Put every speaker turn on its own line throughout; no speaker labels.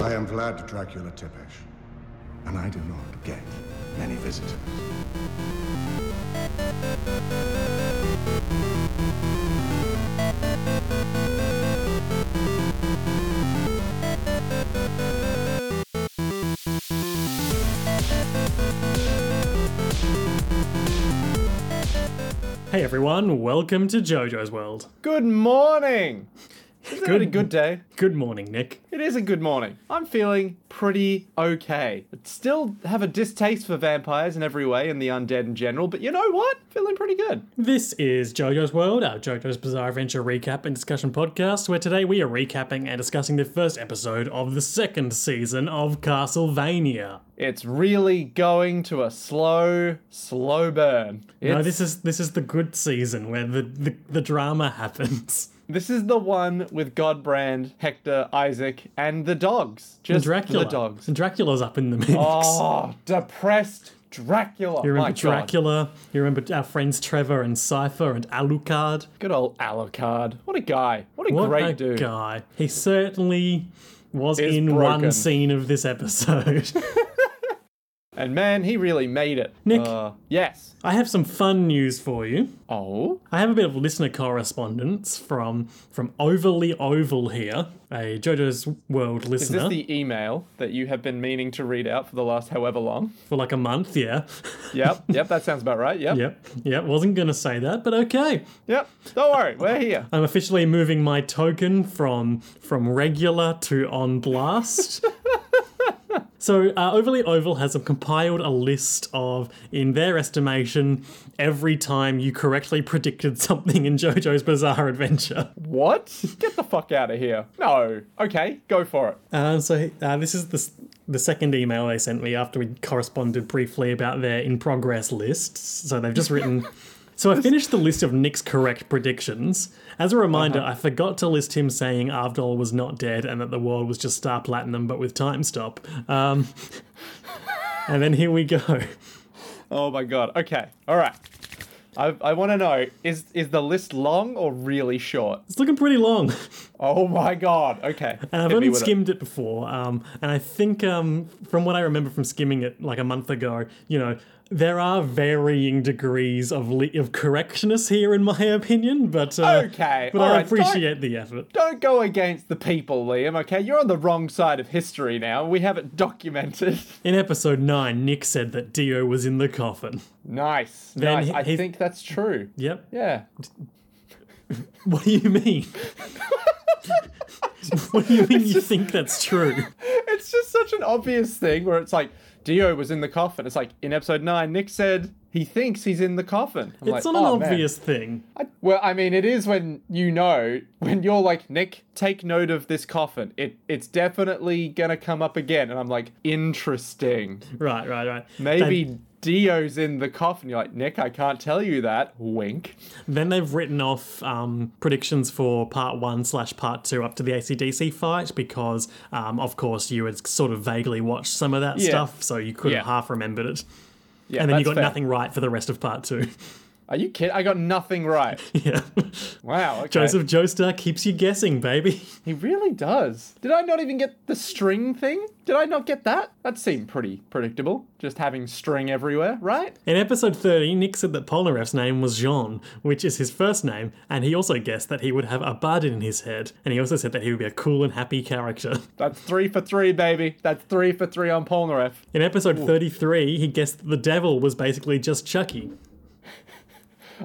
I am Vlad Dracula Tepesh, and I do not get many visitors.
Hey everyone, welcome to JoJo's World.
Good morning. Isn't good. it a good day?
Good morning, Nick.
It is a good morning. I'm feeling pretty okay. I still have a distaste for vampires in every way and the undead in general, but you know what? Feeling pretty good.
This is JoJo's World, our JoJo's Bizarre Adventure recap and discussion podcast, where today we are recapping and discussing the first episode of the second season of Castlevania.
It's really going to a slow, slow burn.
No,
It's-
this is this is the good season where the, the, the drama happens.
This is the one with Godbrand, Hector, Isaac, and the dogs. Just
Dracula.
the dogs.
Dracula's up in the mix.
Oh, depressed Dracula.
you
My
remember
God.
Dracula? You remember our friends Trevor and Cypher and Alucard?
Good old Alucard. What a guy. What a
What
great
a
dude.
guy. He certainly was
Is
in one
broken.
scene of this episode.
And man, he really made it.
Nick.
Uh, yes.
I have some fun news for you.
Oh.
I have a bit of listener correspondence from from Overly Oval here, a JoJo's World
Is this
listener
the email that you have been meaning to read out for the last however long?
for like a month. Yeah,
Yep. Yep. That sounds about right. Yep. Yep.
yep, yep. Wasn't gonna say that, but okay.
Don't worry. We're here.
I'm officially moving my token from from regular to on blast. so uh, Overly Oval has compiled a list of, in their estimation, every time you correctly predicted something in JoJo's Bizarre Adventure.
What? Get the fuck out of here. No. Okay. Go for it.
Uh, so uh, this is the, s- the second email they sent me after we corresponded briefly about their in progress lists. So they've just written. so I finished the list of Nick's correct predictions. As a reminder, I forgot to list him saying Avdol was not dead and that the world was just Star Platinum but with time stop. Um, and then here we go.
Oh my god. Okay. All right. I, I want to know is is the list long or really short?
It's looking pretty long.
Oh my god. Okay.
And I've
Hit Uh, me
only
with it.
skimmed it, before, um, and I think um, from what I remember from skimming it like a month ago, you know, there are varying degrees of li- of correctness here, in my opinion. But uh,
Okay,
but
all
I
right, don't-
appreciate the effort.
Don't go against the people, Liam. Okay, you're on the wrong side of history now. We have it documented.
In episode nine, Nick said that Dio was in the coffin.
nice.
Then
nice.
he-
I
he's-
think that's true.
Yep.
Yeah.
What do you mean? what do you mean you think that's true?
It's just such an obvious thing where it's like Dio was in the coffin. It's like in episode nine, Nick said he thinks he's in the coffin. I'm
it's not
like,
an
"Oh, man."
obvious thing.
I- well, I mean, it is when you know when you're like Nick, take note of this coffin. It it's definitely gonna come up again, and I'm like, interesting.
Right, right, right.
Maybe Dio's in the coffin. You're like, Nick, I can't tell you that. Wink.
Then they've written off um, predictions for part one slash part two up to the ACDC fight because, um, of course, you had sort of vaguely watched some of that
Yeah.
stuff, so you could have
Yeah.
half remembered it.
Yeah,
And then you
that's
got
fair.
nothing right for the rest of part two.
Are you kidding? I got nothing right.
yeah.
Wow. Okay.
Joseph Joestar keeps you guessing, baby.
He really does. Did I not even get the string thing? Did I not get that? That seemed pretty predictable. Just having string everywhere, right?
In episode 30, Nick said that Polnareff's name was Jean, which is his first name, and he also guessed that he would have a bud in his head, and he also said that he would be a cool and happy character.
That's three for three, baby. That's three for three on Polnareff.
In episode 33, he guessed that the devil was basically just Chucky.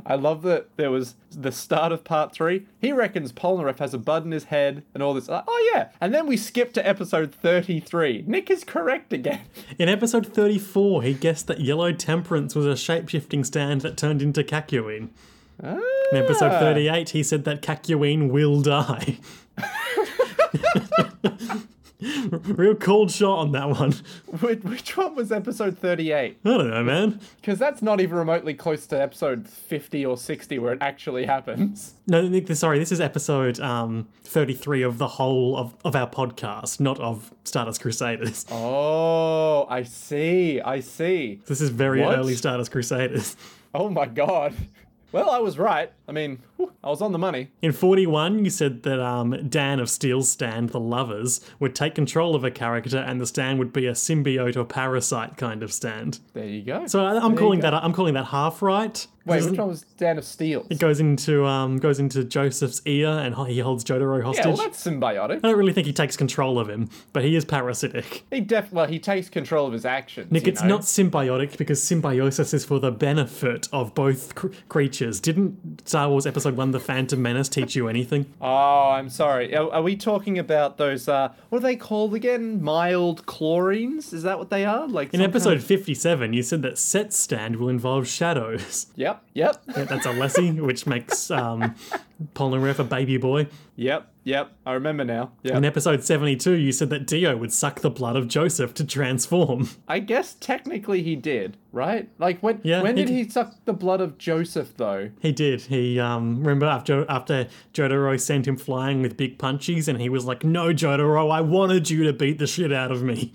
I love that there was the start of part three. He reckons Polnareff has a bud in his head and all this. Like, oh, yeah. And then we skip to episode 33. Nick is correct again.
In episode 34, he guessed that yellow temperance was a shape-shifting stand that turned into Kakyoin. In episode
Ah,
38, he said that Kakyoin will die. Real cold shot on that one.
Which, which one was episode 38?
I don't know, man.
Because that's not even remotely close to episode 50 or 60 where it actually happens.
No, Nick, this- sorry, this is episode um, 33 of the whole of, of our podcast, not of Stardust Crusaders.
Oh, I see. I see.
This is very
What?
early Stardust Crusaders.
Oh my god. Well, I was right. I mean, whew, I was on the money.
In 41, you said that um, Dan of Steel's stand, the lovers, would take control of a character and the stand would be a symbiote or parasite kind of stand.
There you go.
So I- I'm calling that I'm calling that half right.
Wait,
It
which one was Dan of Steel?
goes into um, goes into Joseph's ear and ho- he holds Jotaro hostage.
Yeah, well, that's symbiotic.
I don't really think he takes control of him, but he is parasitic.
He def well, he takes control of his actions.
Nick,
you
it's
know.
not symbiotic because symbiosis is for the benefit of both cr- creatures. Didn't Star Wars Episode 1 The Phantom Menace teach you anything?
Oh, I'm sorry. Are, are we talking about those? Uh, what are they called again? Mild chlorines? Is that what they are? Like
In
some kind
episode
of-
57, you said that set stand will involve shadows.
Yep. Yep.
Yeah, That's a lessie, which makes um, Polnareff a baby boy.
Yep. Yep. I remember now. Yeah.
In episode 72, you said that Dio would suck the blood of Joseph to transform.
I guess technically he did, right? Like when
Yeah,
when
he
did
did.
he suck the blood of Joseph though?
He did. He um, remember after after Jotaro sent him flying with big punchies, and he was like, "No, Jotaro, I wanted you to beat the shit out of me."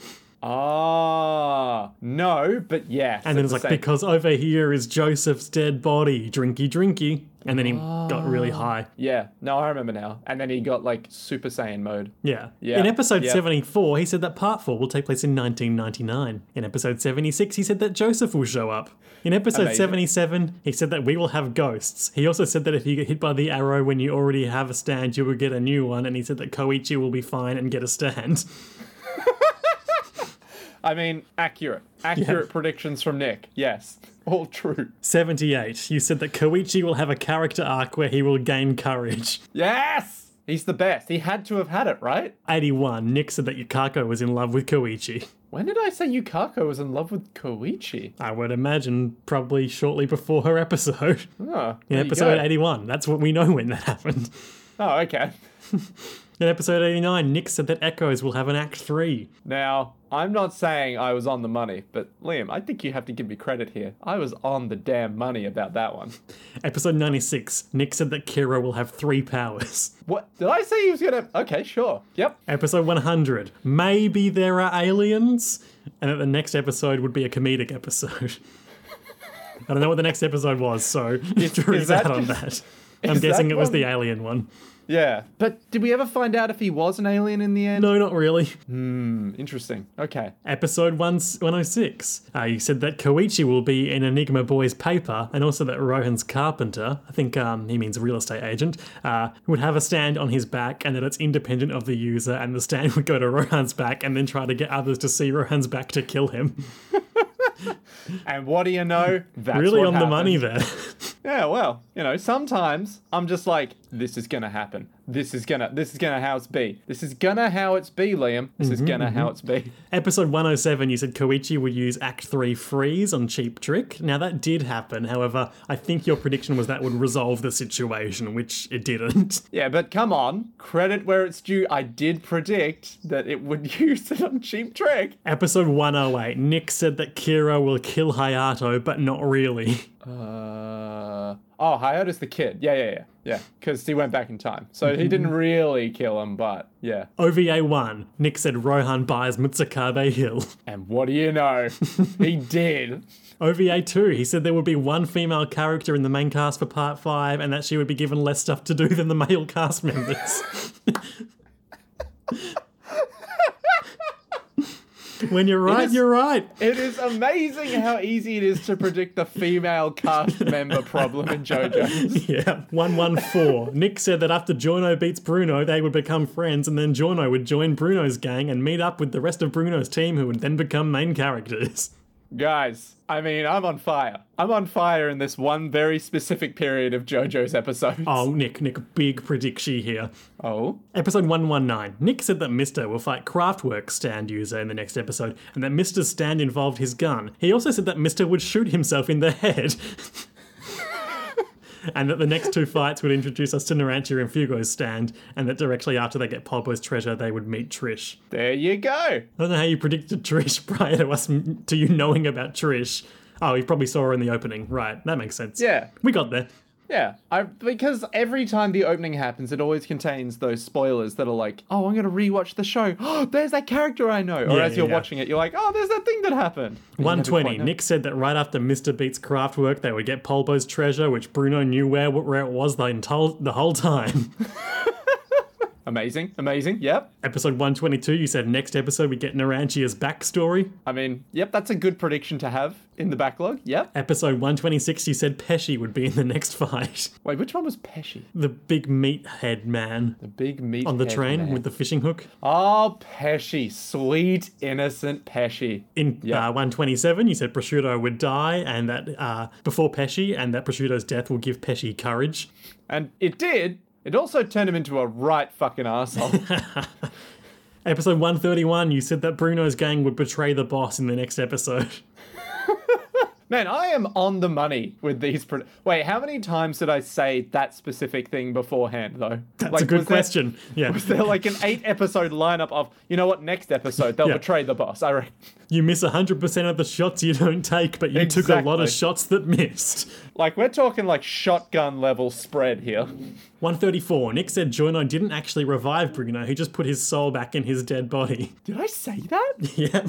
Ah, no, but yes.
And then
at
it's
the
like,
same-
"Because over here is Joseph's dead body, drinky, drinky," and then he got really high.
yeah, no, I remember now. And then he got like Super Saiyan mode.
Yeah.
Yeah,
In episode
yeah.
74, he said that part 4 will take place in 1999. In episode 76, he said that Joseph will show up. In episode
Amazing.
77, he said that we will have ghosts. He also said that if you get hit by the arrow when you already have a stand, you will get a new one. And he said that Koichi will be fine and get a stand.
I mean, accurate, accurate predictions from Nick. Yes, all true.
78, you said that Koichi will have a character arc where he will gain courage.
Yes, he's the best. He had to have had it, right?
81, Nick said that Yukako was in love with Koichi.
When did I say Yukako was in love with Koichi?
I would imagine probably shortly before her episode.
Oh,
In episode 81, that's what we know when that happened.
Oh, okay.
In episode 89, Nick said that Echoes will have an Act 3.
Now, I'm not saying I was on the money, but Liam, I think you have to give me credit here. I was on the damn money about that one.
Episode 96, Nick said that Kira will have three powers.
What did I say he was gonna? Okay, sure. Yep.
Episode 100, maybe there are aliens? And that the next episode would be a comedic episode. I don't know what the next episode was, so jury's
is that
out on
just-
that. I'm guessing
that
it was
one-
the alien one.
Yeah. But did we ever find out if he was an alien in the end?
No, not really.
Interesting. Okay.
Episode 1 106. Uh, you said that Koichi will be in Enigma Boy's paper, and also that Rohan's carpenter, I think um, he means real estate agent, uh, would have a stand on his back, and that it's independent of the user, and the stand would go to Rohan's back and then try to get others to see Rohan's back to kill him.
And what do you know? That's
really
what
on the
happened.
money there.
Yeah. Well, you know, sometimes I'm just like, this is gonna happen. This is gonna. This is gonna how it's be. This is gonna how it's be, Liam. This
Mm-hmm,
is gonna how it's be.
Episode 107, you said Koichi would use Act 3 freeze on Cheap Trick. Now, that did happen, however, I think your prediction was that would resolve the situation, which it didn't.
Yeah, but come on, credit where it's due. I did predict that it would use it on Cheap Trick.
Episode 108, Nick said that Kira will kill Hayato, but not really.
Uh, oh, Hayato's the kid. Yeah, yeah, yeah, yeah. Because he went back in time, so he
Mm-hmm.
didn't really kill him, but yeah.
OVA 1, Nick said Rohan buys Mitsukabe Hill.
And what do you know? he did.
OVA 2, he said there would be one female character in the main cast for part 5 and that she would be given less stuff to do than the male cast members. when you're right,
is-
you're right.
It is amazing how easy it is to predict the female cast member problem in JoJo.
Yeah, 114. Nick said that after Giorno beats Bruno, they would become friends, and then Giorno would join Bruno's gang and meet up with the rest of Bruno's team, who would then become main characters.
Guys, I mean, I'm on fire. I'm on fire in this one very specific period of JoJo's episodes.
Oh, Nick, Nick, big prediction here.
Oh?
Episode 119. Nick said that Mister will fight Kraftwerk stand user in the next episode, and that Mister's stand involved his gun. He also said that Mister would shoot himself in the head. And that the next two fights would introduce us to Narantia and Fugo's stand, and that directly after they get Polbo's treasure, they would meet Trish.
There you go.
I don't know how you predicted Trish prior to us to you knowing about Trish. Oh, you probably saw her in the opening, right? That makes sense.
Yeah.
we got there.
Yeah, I because every time the opening happens, it always contains those spoilers that are like, "Oh, I'm gonna rewatch the show. Oh, there's that character I know." Or
Yeah,
as
yeah,
you're
yeah.
watching it, you're like, "Oh, there's that thing that happened." But you never
120.
quite know.
Nick said that right after Mr. Beat's craft work, they would get Polbo's treasure, which Bruno knew where, where it was the, entire, the whole time.
Amazing, amazing. Yep.
episode 122, you said next episode we get Naranchia's backstory.
I mean, yep. That's a good prediction to have in the backlog. Yep.
Episode 126, you said Pesci would be in the next fight.
Wait, which one was Pesci?
The big meathead man
The big meat
on the train with the fishing hook.
Oh, Pesci, sweet innocent Pesci.
In
Yeah.
uh, 127, you said Prosciutto would die and that uh, before Pesci, and that Prosciutto's death will give Pesci courage.
And it did. It also turned him into a right fucking asshole.
Episode 131, you said that Bruno's gang would betray the boss in the next episode.
Man, I am on the money with these. Pre- Wait, how many times did I say that specific thing beforehand, though?
That's a good question. yeah.
There, they're like an eight episode lineup of, you know what, next episode, they'll
Yeah.
betray the boss. I reckon.
You miss 100% of the shots you don't take, but you took a lot
Exactly.
of shots that missed.
Like, we're talking like shotgun level spread here.
134. Nick said Jono didn't actually revive Bruno, he just put his soul back in his dead body.
Did I say that?
yeah.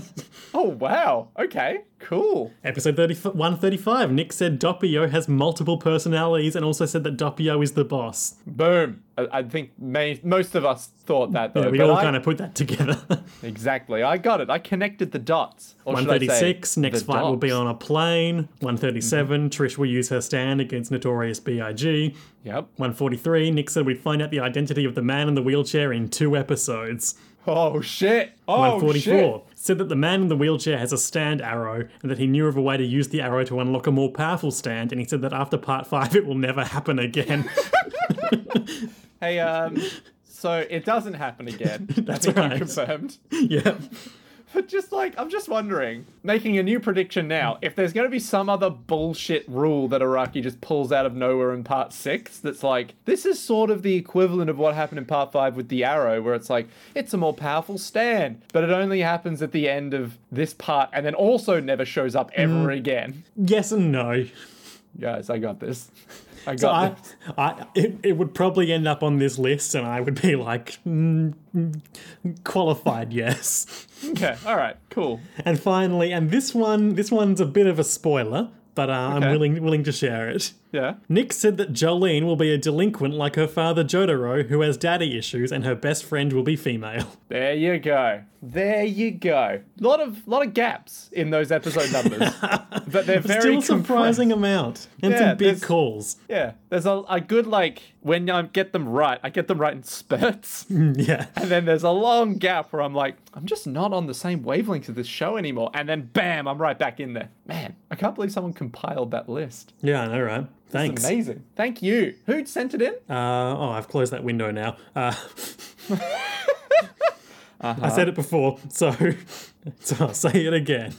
Oh, wow. Okay, cool.
Episode 30, 135. Nick said Doppio has multiple personalities and also said that Doppio is the boss.
Boom. I, I think may- most of us thought that, though.
Yeah, we
but
all
I-
kind of put that together.
Exactly. I got it. I connected the dots. Or should I say
136. Next
the Mm-hmm.
fight will be
dots.
on a plane. 137. Trish will use her stand against Notorious B.I.G.
Yep.
143. Nick said we'd find out the identity of the man in the wheelchair in two episodes.
Oh, shit. Oh,
144
shit.
said that the man in the wheelchair has a stand arrow and that he knew of a way to use the arrow to unlock a more powerful stand and he said that after part 5 it will never happen again
Hey, um, so it doesn't happen again.
That's
I think you
right.
confirmed.
yeah
But just like, I'm just wondering, making a new prediction now, if there's going to be some other bullshit rule that Araki just pulls out of nowhere in part six that's like, this is sort of the equivalent of what happened in part five with the arrow, where it's like, it's a more powerful stand, but it only happens at the end of this part and then also never shows up ever
Mm.
again.
yes and no
Guys, I got this. I got
so I,
this.
I it, it would probably end up on this list and I would be like mm, mm, qualified yes
Okay, all right, cool.
and finally and this one this one's a bit of a spoiler but uh, I'm
Okay.
willing willing to share it
Yeah.
Nick said that Jolene will be a delinquent like her father Jotaro, who has daddy issues, and her best friend will be female.
There you go. There you go. Lot of lot of gaps in those episode numbers, but they're very
Still a surprising
compressed.
amount. And
Yeah,
some big
there's-
calls.
Yeah, there's a, a good like when I get them right, I get them right in spurts, and
Yeah.
then there's a long gap where I'm like, I'm just not on the same wavelength of this show anymore, and then bam, I'm right back in there. Man, I can't believe someone compiled that list.
Yeah, I know, right?
It's
Thanks. Uh,
amazing. Thank you. Who'd sent it in?
oh, I've closed that window now. Uh,
Uh-huh.
I said it before, so, so I'll say it again.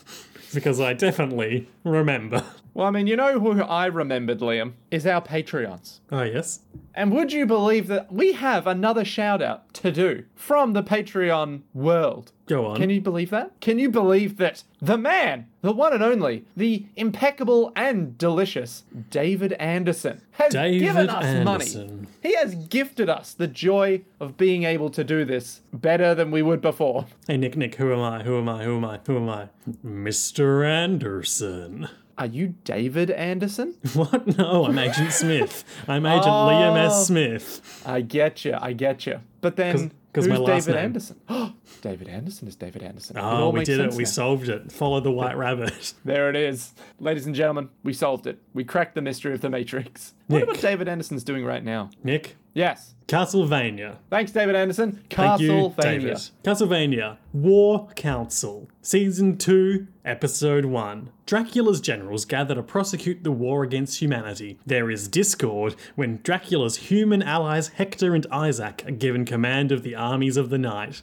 Because I definitely remember.
Well, I mean, you know who I remembered, Liam, is our Patreons.
Oh, yes.
And would you believe that we have another shout out to do from the Patreon world?
Go on.
Can you believe that? Can you believe that the man, the one and only, the impeccable and delicious David Anderson has
David
given us
Anderson.
money? He has gifted us the joy of being able to do this better than we would before.
Hey, Nick, Nick, who am I? Who am I? Who am I? Who am I? Mr. Anderson.
Are you David Anderson?
What? No, I'm Agent Smith. I'm Agent
Oh.
Liam S. Smith.
I get you. I get you. But then,
'cause
who's
my last
David
name.
Anderson? David Anderson is David Anderson. It
Oh,
all
we
makes
did it.
sense
We
now.
solved it. Follow the white rabbit.
There it is. Ladies and gentlemen, we solved it. We cracked the mystery of the Matrix. What
Nick.
about David Anderson's doing right now?
Nick,
Yes.
Castlevania.
Thanks, David Anderson.
Thank you,
Castlevania.
David. Castlevania. War Council. Season 2, Episode 1. Dracula's generals gather to prosecute the war against humanity. There is discord when Dracula's human allies Hector and Isaac are given command of the armies of the night.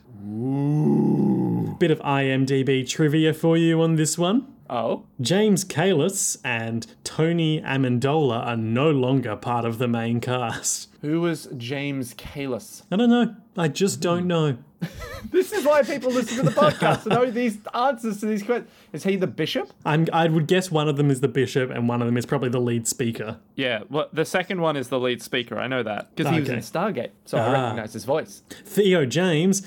Bit of IMDb trivia for you on this one.
Oh,
James Kalis and Tony Amendola are no longer part of the main cast.
Who was James Kalis?
I don't know. I just don't know.
This is why people listen to the podcast to know these answers to these questions. Is he the bishop?
I'm, I would guess one of them is the bishop and one of them is probably the lead speaker.
Yeah, well, the second one is the lead speaker. I know that because he was
Okay.
in Stargate, so I recognize his voice.
Theo James,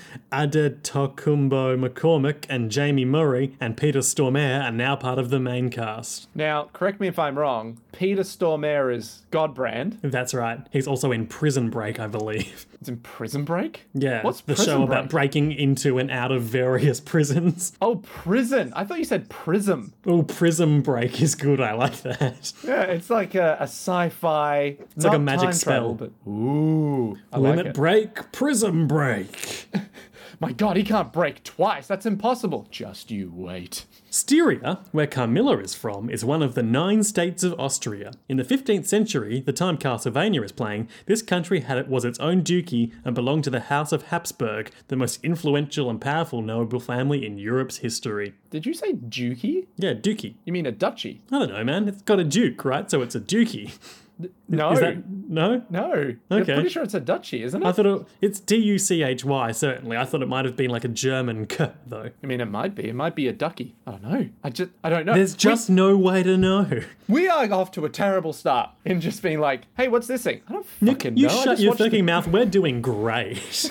Adetokumbo McCormick, and Jamie Murray and Peter Stormare are now part of the main cast.
Now, correct me if I'm wrong. Peter Stormare is Godbrand.
That's right. He's also in Prison Break, I believe.
It's in Prison Break.
Yeah,
what's
the
Prison
show
Break?
about breaking into and out of various prisons.
oh, prison. I thought you said prism.
Oh, Prison Break is good. I like that.
Yeah, it's like a, a spy. It's
like a magic spell.
but, ooh, I like
Limit
it.
Break, Prison Break.
My God, he can't break twice. That's impossible. Just you wait.
Styria, where Carmilla is from, is one of the nine states of Austria. In the 15th century, the time Castlevania is playing, this country had it was its own duchy and belonged to the House of Habsburg, the most influential and powerful noble family in Europe's history.
Did you say dukey?
Yeah, duchy.
You mean a duchy?
I don't know, man. It's got a duke, right? So it's a duchy.
No,
Is that no?
no. I'm
Okay.
pretty sure it's a duchy, isn't it?
I thought it, it's D U C H Y. Certainly, I thought it might have been like a German k though.
I mean, it might be. It might be a ducky. I don't know. I just, I don't know.
There's just no way to know.
we are off to a terrible start in just being like, hey, what's this thing? I don't fucking
You
know. I
shut
just
your
watched the-
fucking mouth. We're doing great.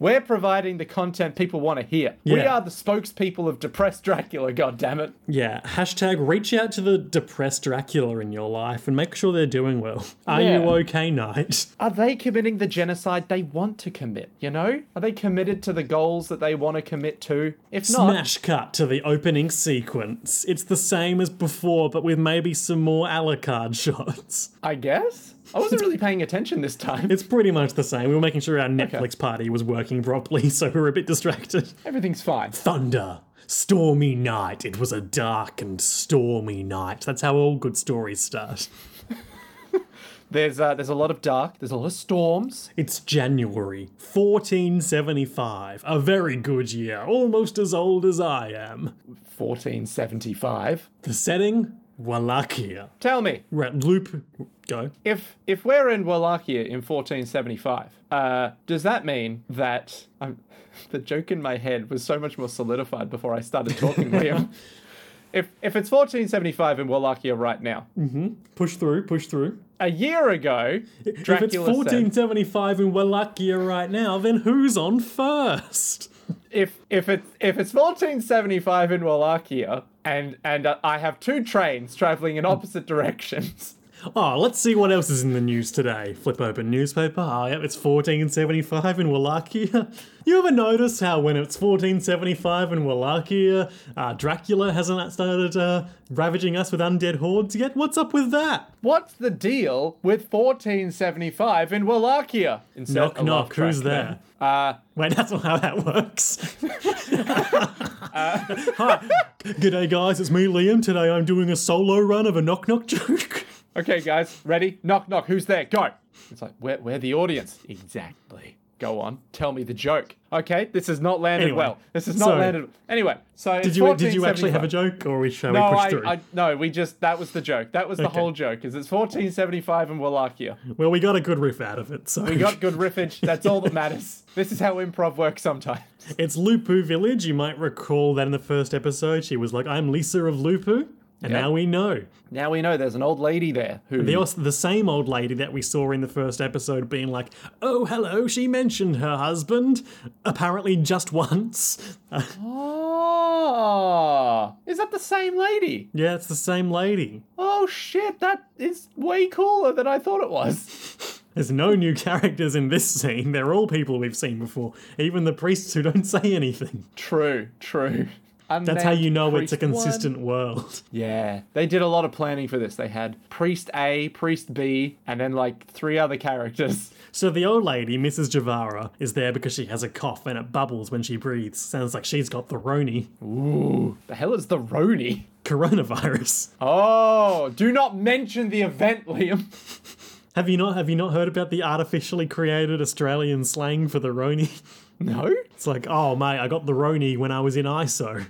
We're providing the content people want to hear. We
Yeah.
are the spokespeople of depressed Dracula. God damn it.
Yeah, hashtag reach out to the depressed Dracula in your life and make sure they're doing well. Are
Yeah.
you okay, Knight?
Are they committing the genocide they want to commit? You know, are they committed to the goals that they want to commit to? If not,
Smash cut to the opening sequence. It's the same as before, but with maybe some more a la carte shots.
I guess I wasn't really paying attention this time.
It's pretty much the same. We were making sure our Netflix party was working properly, so we were a bit distracted.
Everything's fine.
Thunder. Stormy night. It was a dark and stormy night. That's how all good stories start.
There's uh, there's a lot of dark. There's a lot of storms.
It's January 1475, a very good year, almost as old as I am.
1475.
The setting? Wallachia.
Tell me,
We're at loop. Go.
if if we're in Wallachia in 1475, uh, does that mean that I'm, the joke in my head was so much more solidified before I started talking, Liam? If if it's 1475 in Wallachia right now,
Push through, push through.
a year ago, Dracula
if it's
said,
1475 in Wallachia right now, then who's on first?
if if it's if it's 1475 in Wallachia, and and uh, I have two trains traveling in opposite directions.
Oh, let's see what else is in the news today. Flip open newspaper. Ah, yep, it's 1475 in Wallachia. You ever notice how when it's 1475 in Wallachia, uh, Dracula hasn't started uh, ravaging us with undead hordes yet? What's up with that?
What's the deal with 1475 in Wallachia? Insert
Knock,
a laugh
knock,
track Uh,
who's there? Wait, that's not how that works.
Uh.
Hi. G'day, guys, it's me, Liam. Today I'm doing a solo run of a knock knock joke.
Okay, guys, ready? Knock, knock. Who's there? Go. It's like we're, we're the audience. Exactly. Go on. Tell me the joke. Okay, this has not landed
Anyway,
well. This has not
so-
landed. Anyway, so
Did you, did you actually have a joke, or we- shall
No,
we push
I,
through?
I no. We just that was the joke. That was the
Okay.
whole joke. Is it's 1475 in Wallachia.
Well, we got a good riff out of it, so.
We got good riffage. That's all that matters. This is how improv works sometimes.
It's Lupu Village. You might recall that in the first episode, she was like, I'm Lisa of Lupu. And
Yeah.
now we know.
Now we know there's an old lady there who
The, also, the same old lady that we saw in the first episode being like, oh, hello, she mentioned her husband, apparently just once. Uh,
Oh, is that the same lady?
yeah, it's the same lady.
Oh shit, that is way cooler than I thought it was.
There's no new characters in this scene. They're all people we've seen before, even the priests who don't say anything.
True, true.
That's how you know it's a consistent world.
Yeah, they did a lot of planning for this. They had priest A, priest B, and then like three other characters.
So the old lady, Mrs. Javara, is there because she has a cough and it bubbles when she breathes. Sounds like she's got the Roni.
Ooh, the hell is the Roni?
coronavirus.
Oh, do not mention the event, Liam.
Have you not have you not heard about the artificially created Australian slang for the Roni?
No.
It's like, oh mate, I got the Roni when I was in ISO.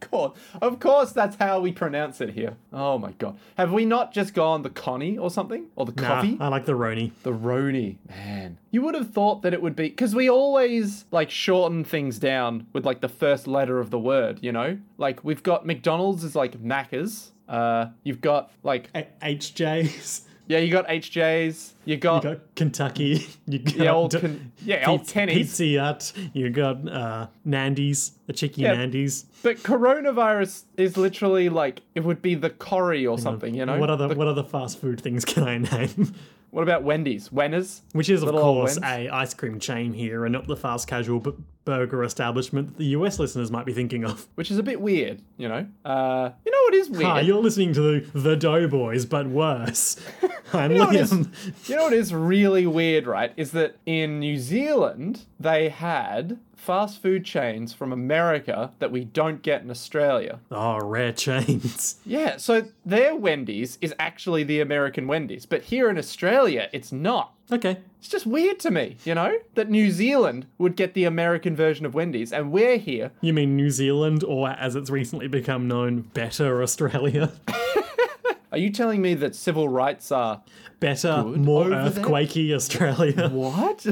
course. Of course, that's how we pronounce it here. Oh my god. Have we not just gone the Connie or something? Or the
Nah,
Coffee?
I like the Roni.
The Roni, man. You would have thought that it would be because we always like shorten things down with like the first letter of the word, you know? Like we've got McDonald's is like Macca's. Uh, you've got like
A- HJs.
yeah, you got HJ's. You
You
got,
got Kentucky. You got
yeah, old
d-
con- yeah, old
Piz-
tennies.
Pizza Hut. You got uh, Nandy's, the cheeky
Yeah.
Nandy's.
But coronavirus is literally like it would be the Corrie or something, you know?
What other
The-
what other fast food things can I name?
what about Wendy's? Wenner's?
Which is of
Little old
course
Wendy's?
a ice cream chain here, and not the fast casual b- burger establishment that the US listeners might be thinking of.
Which is a bit weird, you know? Uh, you know what is weird?
Ah, you're listening to the, the Doughboys, but worse. I'm
know what is-
Liam.
You know what is really weird, right? Is that in New Zealand, they had fast food chains from America that we don't get in Australia.
Oh, rare chains.
Yeah, so their Wendy's is actually the American Wendy's, but here in Australia, it's not.
Okay.
It's just weird to me, you know, that New Zealand would get the American version of Wendy's, and we're here.
You mean New Zealand, or as it's recently become known, better Australia?
Are you telling me that civil rights are.
Better, more
over there?
earthquakey Australia.
What?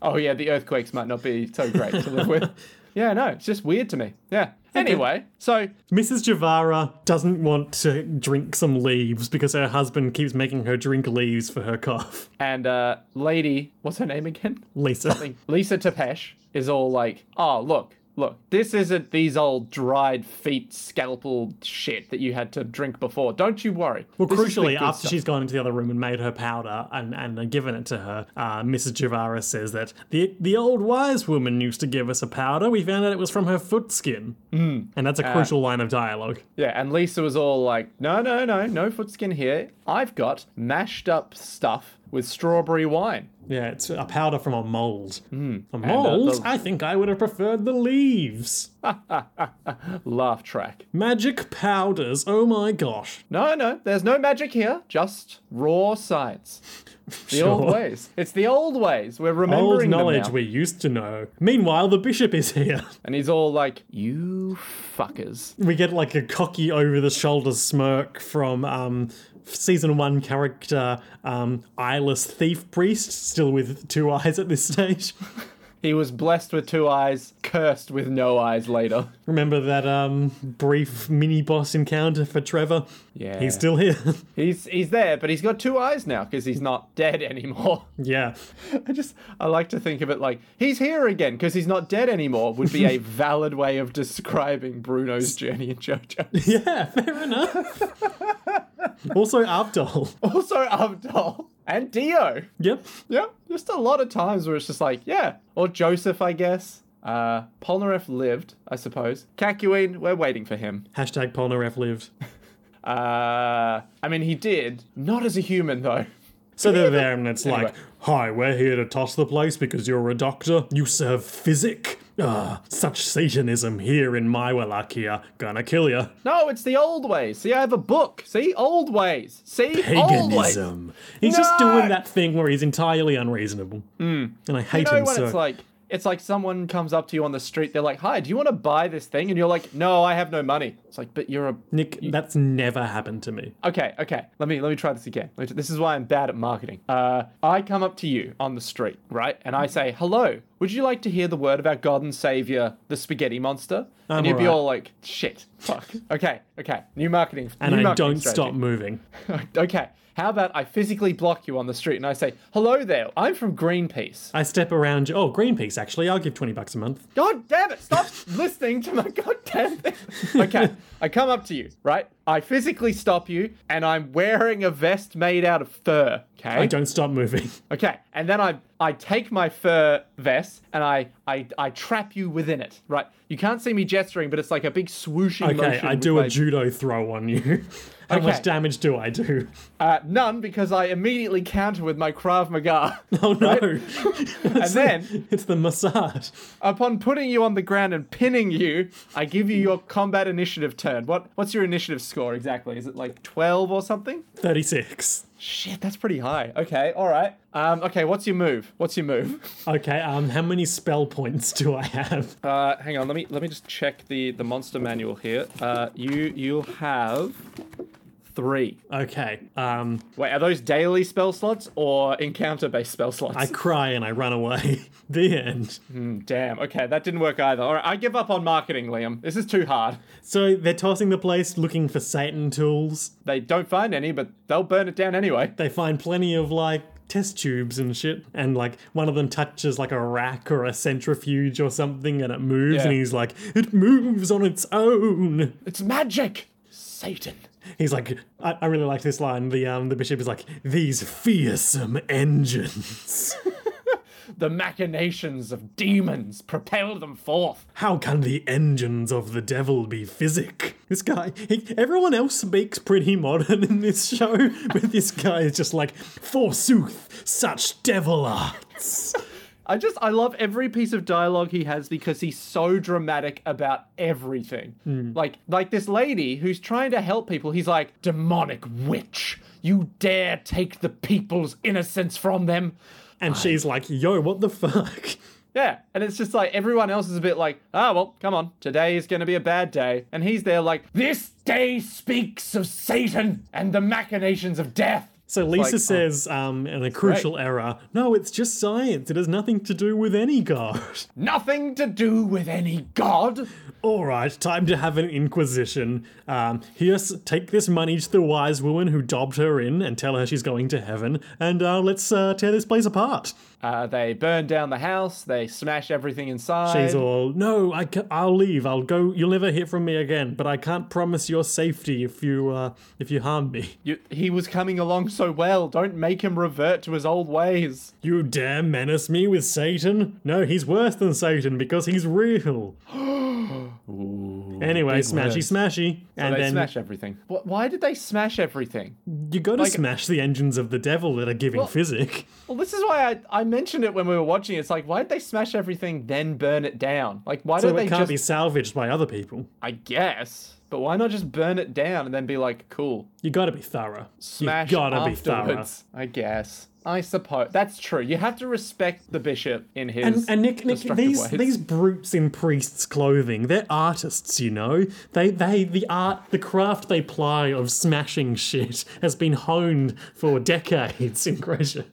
oh, yeah, the earthquakes might not be so great to live with. Yeah, no, it's just weird to me. Yeah. Anyway, so
Mrs. Javara doesn't want to drink some leaves because her husband keeps making her drink leaves for her cough.
And uh, lady, what's her name again?
Lisa.
Lisa Tepesh is all like, "Oh, look, look, this isn't these old dried feet scalpel shit that you had to drink before. Don't you worry."
Well,
This is the
crucially,
good
after
stuff."
she's gone into the other room and made her powder and, and uh, given it to her, uh, Mrs. Javara says that the the old wise woman used to give us a powder. We found out it was from her foot skin.
Hmm.
Mm. And
Uh,
that's a crucial line of dialogue.
yeah, and Lisa was all like, "No, no, no, no foot skin here. I've got mashed up stuff with strawberry wine."
Yeah, it's a powder from a mold.
Hmm.
A
uh,
mold?
the-
I think I would have preferred the leaves.
Laugh track.
Magic powders. Oh my gosh.
No, no, there's no magic here. Just raw science. The old
Sure.
ways. It's the old ways. We're remembering
Old
them
knowledge
now.
we used to know. Meanwhile, the bishop is here.
And he's all like, "You fuckers."
we get like a cocky over the shoulder smirk from um season one character um eyeless thief priest still with two eyes at this stage
He was blessed with two eyes, cursed with no eyes later.
remember that um brief mini boss encounter for trevor
Yeah.
he's still here
he's he's there, but he's got two eyes now because he's not dead anymore.
yeah
I just I like to think of it like he's here again because he's not dead anymore would be a valid way of describing Bruno's journey in JoJo.
yeah fair enough also abdul
also Abdul and Dio.
yep
Yeah, just a lot of times where it's just like, yeah, or Joseph, I guess. Uh, Polnareff lived, I suppose. Kakuin, we're waiting for him.
hashtag polnareff lived
Uh, I mean, he did. Not as a human, though.
so they're there and it's like
Anyway.
hi we're here to toss the place because you're a doctor you serve physic Ah, such Satanism here in my Wallachia. Gonna kill ya.
No, it's the old ways. See, I have a book. See, old ways. See, old ways. You
paganism. He's just
No! Hmm.
doing that thing where he's entirely unreasonable, and I hate
know
him
when
so.
it's like, it's like someone comes up to you on the street. They're like, "Hi, do you want to buy this thing?" And you're like, "No, I have no money." It's like, but you're a
Nick, that's never happened to me.
okay, okay. Let me let me try this again. Let me- This is why I'm bad at marketing. Uh, I come up to you on the street, right, and I say, "Hello, would you like to hear the word about God and Savior, the Spaghetti Monster?"
I'm
and you'd be
alright.
all like, "Shit, fuck." okay, okay. New marketing.
And
new
I
marketing
don't
strategy.
stop moving.
okay. How about I physically block you on the street and I say, "Hello there. I'm from Greenpeace."
I step around. Oh, Greenpeace, actually. I'll give 20 bucks a month.
God damn it! Stop listening to my goddamn thing. Okay, I come up to you, right? I physically stop you, and I'm wearing a vest made out of fur. Okay.
I don't stop moving.
Okay, and then I I take my fur vest and I I, I trap you within it. Right, you can't see me gesturing, but it's like a big swooshing
Okay,
motion.
I
with
do a
my-
judo throw on you. How
Okay.
much damage do I do?
uh, none because I immediately counter with my Krav Maga.
Oh no!
And then-
it's the massage.
Upon putting you on the ground and pinning you, I give you your combat initiative turn. What what's your initiative score exactly? Is it like 12 or something?
36.
Shit, that's pretty high. Okay, all right. Um, okay, what's your move? What's your move?
Okay, um, how many spell points do I have?
Uh, hang on, let me let me just check the the monster manual here. Uh, you you'll have three.
Okay, um,
Wait, are those daily spell slots or encounter based spell
I
slots?
cry and I run away. the end.
Damn. Okay, that didn't work either. All right, I give up on marketing, Liam. This is too hard.
So they're tossing the place looking for Satan tools.
They don't find any, but they'll burn it down anyway.
They find plenty of like test tubes and shit, and like one of them touches like a rack or a centrifuge or something, and it moves,
Yeah.
and he's like, "It moves on its own."
It's magic, Satan.
He's like, I, I really like this line. The um, the bishop is like, "These fearsome engines."
The machinations of demons propel them forth.
How can the engines of the devil be physic? This guy, he, everyone else speaks pretty modern in this show, but this guy is just like, forsooth, such devil arts.
I just I love every piece of dialogue he has because he's so dramatic about everything. Like like this lady who's trying to help people, he's like, "Demonic witch, you dare take the people's innocence from them?"
And she's like, yo, what the fuck?
Yeah, and it's just like everyone else is a bit like, "Ah, well, come on. Today is going to be a bad day." And he's there like, "This day speaks of Satan and the machinations of death."
So Lisa
like,
says, um, in a crucial error, no, it's just science. It has nothing to do with any god.
Nothing to do with any god.
All right, time to have an inquisition. Um, here's take this money to the wise woman who dobbed her in and tell her she's going to heaven, and uh, let's uh, tear this place apart.
Uh, they burn down the house. They smash everything inside.
She's all, no, I ca- I'll leave. I'll go. You'll never hear from me again. But I can't promise your safety if you uh, if you harm me.
You, he was coming along so well. Don't make him revert to his old ways.
You dare menace me with Satan? No, he's worse than Satan because he's real. anyway, smashy, smashy, and
they
then
smash everything. Wh- Why did they smash everything?
you got to smash the engines of the devil that are giving physic.
Well, this is why I, I mentioned it when we were watching. It's like, why did they smash everything then burn it down? Like, why
So
don't
it
they
can't
just?
be salvaged by other people.
I guess, but why not just burn it down and then be like, cool,
You got to be thorough.
smash
you gotta be thorough.
afterwards? I guess. I suppose that's true. You have to respect the bishop in his
And, and Nick, Nick,
destructive
these
ways.
these brutes in priests' clothing—they're artists, you know. They they the art, the craft they ply of smashing shit has been honed for decades in Gratiot.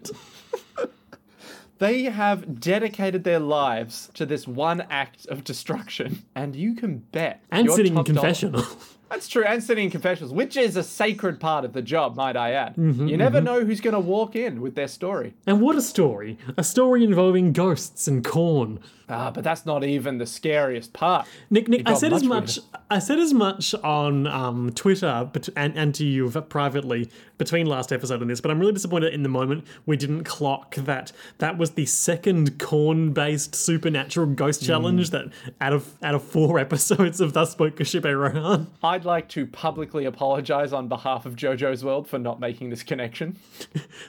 They have dedicated their lives to this one act of destruction, and you can bet.
And
your
sitting in
top dollar-
confessional.
That's true, and sitting in confessionals, which is a sacred part of the job, might I add.
Mm-hmm,
you never know who's going to walk in with their story.
and what a story! A story involving ghosts and corn.
Ah, but that's not even the scariest part.
Nick, Nick, I
got
said as
much
much. I said as much on um, Twitter bet- and and to you v- privately between last episode and this, but I'm really disappointed in the moment we didn't clock that that was the second corn-based supernatural ghost challenge that out of out of four episodes of Thus Spoke Kashipe Rohan.
I'd like to publicly apologize on behalf of JoJo's World for not making this connection.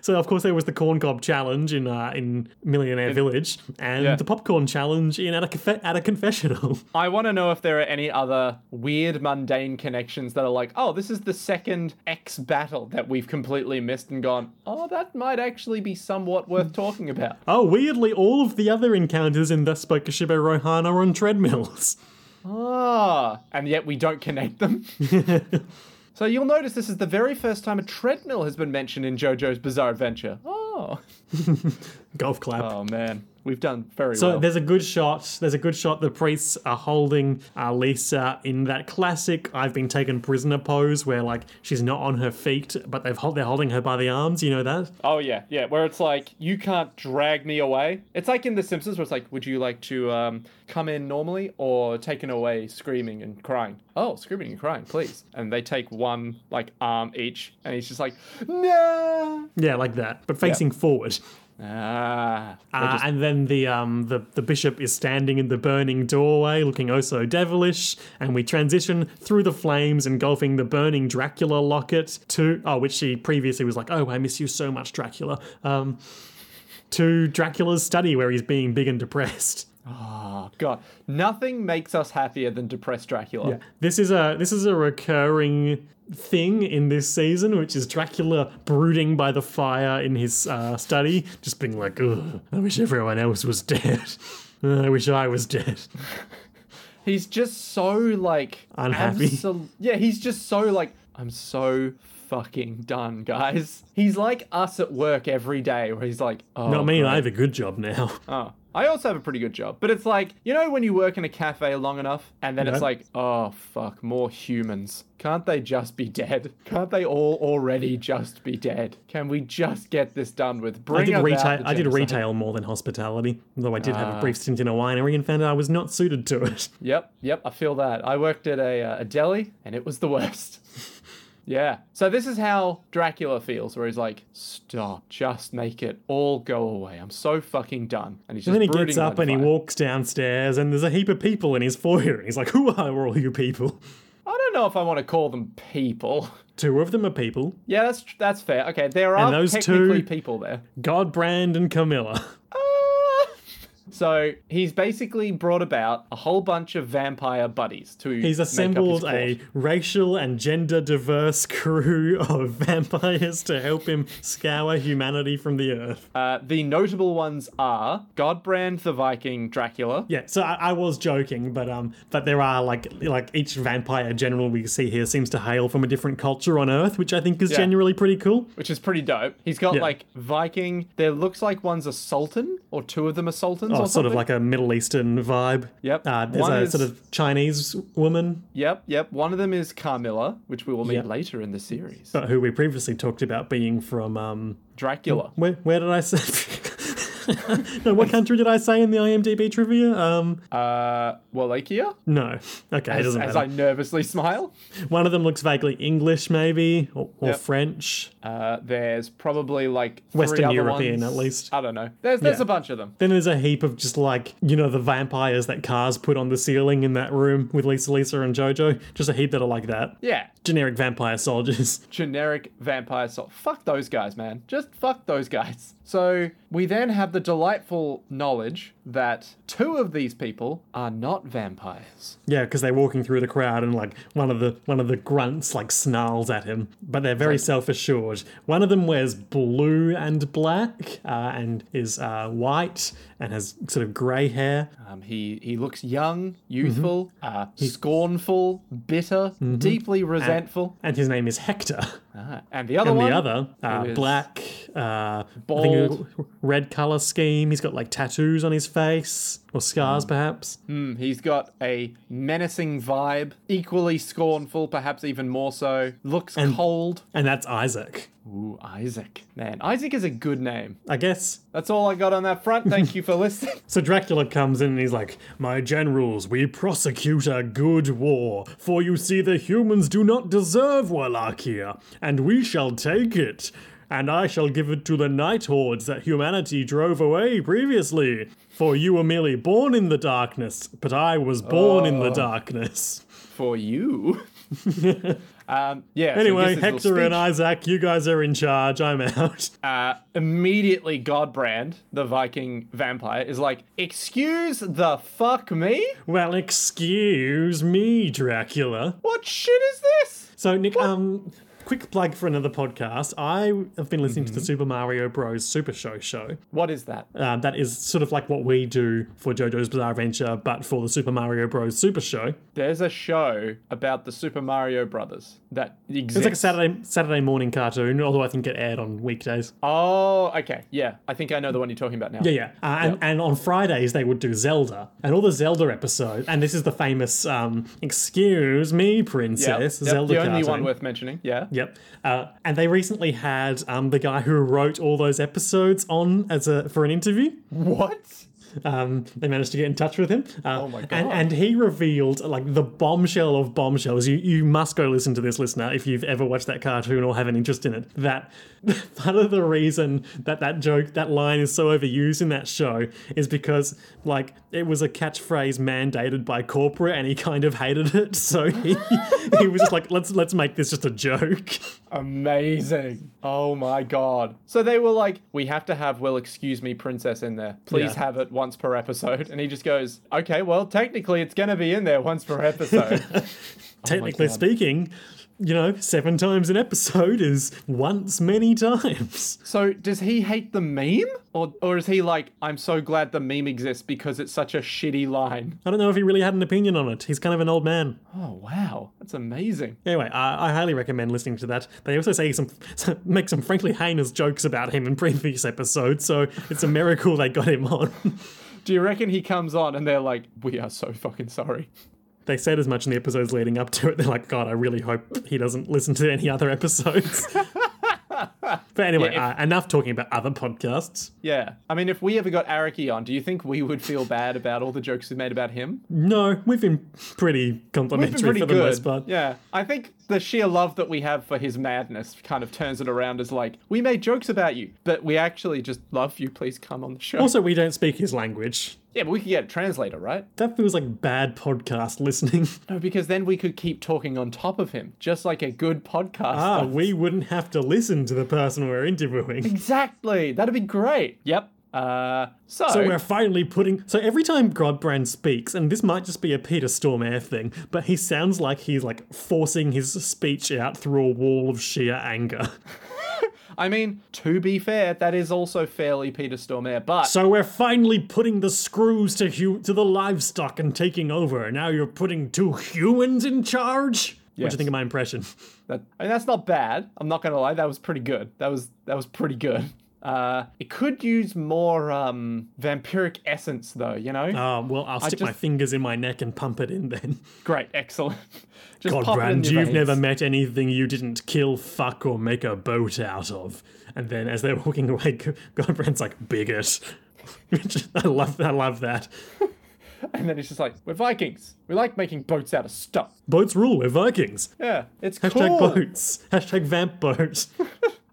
So of course there was the corn cob challenge in uh, in Millionaire Village and
yeah.
the popcorn challenge in at a, confe- at a confessional.
I want to know if there are any other weird, mundane connections that are like, oh, this is the second X battle that we've completely missed and gone, oh, that might actually be somewhat worth talking about.
oh, weirdly, all of the other encounters in Thus Spoke Kashipe Rohan are on treadmills.
Ah, and yet we don't connect them. so you'll notice this is the very first time a treadmill has been mentioned in JoJo's Bizarre Adventure. Oh,
Golf clap.
oh man, we've done very
So
well.
there's a good shot. There's a good shot. The priests are holding uh, Lisa in that classic "I've been taken prisoner" pose, where like she's not on her feet, but they've hold, they're holding her by the arms. You know that?
Oh yeah, yeah. Where it's like you can't drag me away. It's like in The Simpsons, where it's like, would you like to um, come in normally or taken away screaming and crying? Oh, screaming and crying, please. And they take one like arm each, and he's just like, no.
Yeah, like that, but facing forward.
Ah,
Uh, and then the um the, the bishop is standing in the burning doorway, looking oh so devilish. And we transition through the flames, engulfing the burning Dracula locket to oh, which she previously was like, oh, I miss you so much, Dracula. Um, to Dracula's study where he's being big and depressed.
Oh god, nothing makes us happier than depressed Dracula.
This is a this is a recurring thing in this season, which is Dracula brooding by the fire in his uh, study, just being like, Ugh, "I wish everyone else was dead. Uh, I wish I was dead."
He's just so like
Unhappy.
absol- yeah, he's just so like I'm so fucking done, guys. He's like us at work every day, where he's like, oh,
Not me.
great.
I have a good job now.
Oh, I also have a pretty good job, but it's like you know when you work in a cafe long enough, and then it's
Yeah.
like, oh fuck, more humans. Can't they just be dead? Can't they all already just be dead? Can we just get this done with? Bring
I did
about
retail.
the
I did
genocide.
retail more than hospitality, though I did
Ah.
have a brief stint in a winery and found out I was not suited to it.
Yep, yep, I feel that. I worked at a, uh, a deli and it was the worst. yeah. So this is how Dracula feels, where he's like, stop, just make it all go away. I'm so fucking done. And he's just
And then he
brooding
gets
by
up
the
and he
fire.
walks downstairs, and there's a heap of people in his foyer. And he's like, "Who are all you people?"
I don't know if I want to call them people.
Two of them are people:
Yeah, that's that's fair. Okay, there are
those
technically
two-
people there.
Godbrand and Camilla.
Ah! So he's basically brought about a whole bunch of vampire buddies to.
He's assembled a racial and gender diverse crew of vampires to help him scour humanity from the earth.
Uh, the notable ones are Godbrand the Viking Dracula.
Yeah, so I, I was joking, but um, but there are like like each vampire general we see here seems to hail from a different culture on Earth, which I think is
Yeah.
generally pretty cool.
which is pretty dope. He's got
Yeah.
like Viking. There looks like one's a sultan, or two of them are sultans, or
Or
something.
Oh, sort of like a Middle Eastern vibe.
Yep.
Uh, there's
One
a
is-
sort of Chinese woman,
Yep, yep. One of them is Carmilla, which we will meet
Yep.
later in the series.
but who we previously talked about being from um,
Dracula.
where where did I say? no, what country did I say in the IMDb trivia? Um,
Uh, Wallachia.
no. Okay, it
As,
doesn't
as
matter.
I nervously smile.
One of them looks vaguely English, maybe, or, or
Yep.
French.
Uh, there's probably like three
Western
other
European,
ones.
at least.
I don't know. There's there's
Yeah.
a bunch of them.
Then there's a heap of just like, you know, the vampires that cars put on the ceiling in that room with Lisa Lisa and JoJo. Just a heap that are like that.
Yeah.
Generic vampire soldiers.
generic vampire salt. Fuck those guys, man. Just fuck those guys. So we then have the delightful knowledge that two of these people are not vampires.
Yeah, because they're walking through the crowd and like one of the one of the grunts like snarls at him, but they're very self assured. One of them wears blue and black uh, and is uh, white and has sort of grey hair.
Um, he he looks young, youthful, uh, scornful, bitter, deeply resentful.
Mm-hmm. and his name is Hector.
Ah, and the other
And
one,
the other, uh,
is-
black, uh, I think
Bald.
it was red color scheme. He's got like tattoos on his face or scars, perhaps.
Hmm, he's got a menacing vibe, equally scornful, perhaps even more so. Looks cold.
And that's Isaac,
Ooh, Isaac. Man, Isaac is a good name.
I guess.
That's all I got on that front. Thank you for listening.
So Dracula comes in and he's like, My generals, we prosecute a good war, for you see the humans do not deserve Wallachia, and we shall take it. And I shall give it to the night hordes that humanity drove away previously. For you were merely born in the darkness, but I was born in
Oh.
the darkness.
for you. um, yeah. so
Anyway,
he gives his little
Hector and
speech.
Isaac, you guys are in charge. I'm out.
Uh, immediately, Godbrand, the Viking vampire, is like, "Excuse the fuck me?
well, excuse me, Dracula.
What shit is this?"
So, Nick, um, quick plug for another podcast. I have been listening to the Super Mario Bros. Super Show show.
What is that?
Um, that is sort of like what we do for JoJo's Bizarre Adventure, but for the Super Mario Bros. Super Show.
There's a show about the Super Mario Brothers that exists.
It's like a Saturday Saturday morning cartoon, although I think it aired on weekdays.
Oh, okay. Yeah, I think I know the one you're talking about now.
Yeah, yeah. Uh, and, and on Fridays, they would do Zelda and all the Zelda episodes. And this is the famous, um, excuse me,
Yep,
princess,
yep,
Zelda eh?
the only
cartoon.
one worth mentioning. Yeah.
Yep. Uh, and they recently had um, the guy who wrote all those episodes on as a for an interview.
What?
Um, they managed to get in touch with him. Uh,
Oh my God.
And, and he revealed like the bombshell of bombshells. You you must go listen to this, listener, if you've ever watched that cartoon or have an interest in it. That part of the reason that that joke that line is so overused in that show is because like it was a catchphrase mandated by
Oh
corporate, and he kind of hated it. So he, he was just like, let's let's make this just a joke.
Amazing. Oh my god. So they were like, we have to have Will Excuse Me Princess in there. Please
Yeah.
have it once per episode. And he just goes, okay, well, technically it's going to be in there once per episode.
Technically
God.
speaking, you know, seven times an episode is once many times.
so does he hate the meme? Or, or is he like, I'm so glad the meme exists because it's such a shitty line?
I don't know if he really had an opinion on it. He's kind of an old man.
Oh, wow. That's amazing.
Anyway, I, I highly recommend listening to that. They also say some, some make some frankly heinous jokes about him in previous episodes, so it's a miracle they got him on.
Do you reckon he comes on and they're like, we are so fucking sorry?
they said as much in the episodes leading up to it. They're like, God, I really hope he doesn't listen to any other episodes. but anyway,
Yeah,
uh, enough talking about other podcasts.
Yeah. I mean, if we ever got Araki on, do you think we would feel bad about all the jokes we made about him?
No, we've been pretty complimentary
It's pretty
for the
good.
most part.
Yeah, I think the sheer love that we have for his madness kind of turns it around as like we made jokes about you, but we actually just love you. Please come on the show.
Also, we don't speak his language.
yeah, but we could get a translator, right?
That feels like bad podcast listening.
No, because then we could keep talking on top of him, just like a good podcast.
Ah, we wouldn't have to listen to the person we're interviewing.
exactly. That'd be great. Yep. Uh, so,
So we're finally putting. So every time Godbrand speaks, and this might just be a Peter Stormare thing, but he sounds like he's like forcing his speech out through a wall of sheer anger.
I mean, to be fair, that is also fairly Peter Stormare, but
So we're finally putting the screws to hu- to the livestock and taking over. Now you're putting two humans in charge. What do
Yes.
you think of my impression?
That I mean, that's not bad. I'm not gonna lie. That was pretty good. That was that was pretty good. Uh, it could use more um, vampiric essence, though. You know.
Uh, well, I'll stick my
just-
fingers in my neck and pump it in then.
Great, excellent. Just
God,
pop it in
Brand,
your
you've
veins.
never met anything you didn't kill, fuck, or make a boat out of. And then as they're walking away, God, Brand's like, bigot. Which- I love I love that.
And then it's just like we're Vikings. We like making boats out of stuff.
Boats rule, we're Vikings.
Yeah, it's
Hashtag
cool.
boats. Hashtag vamp boat.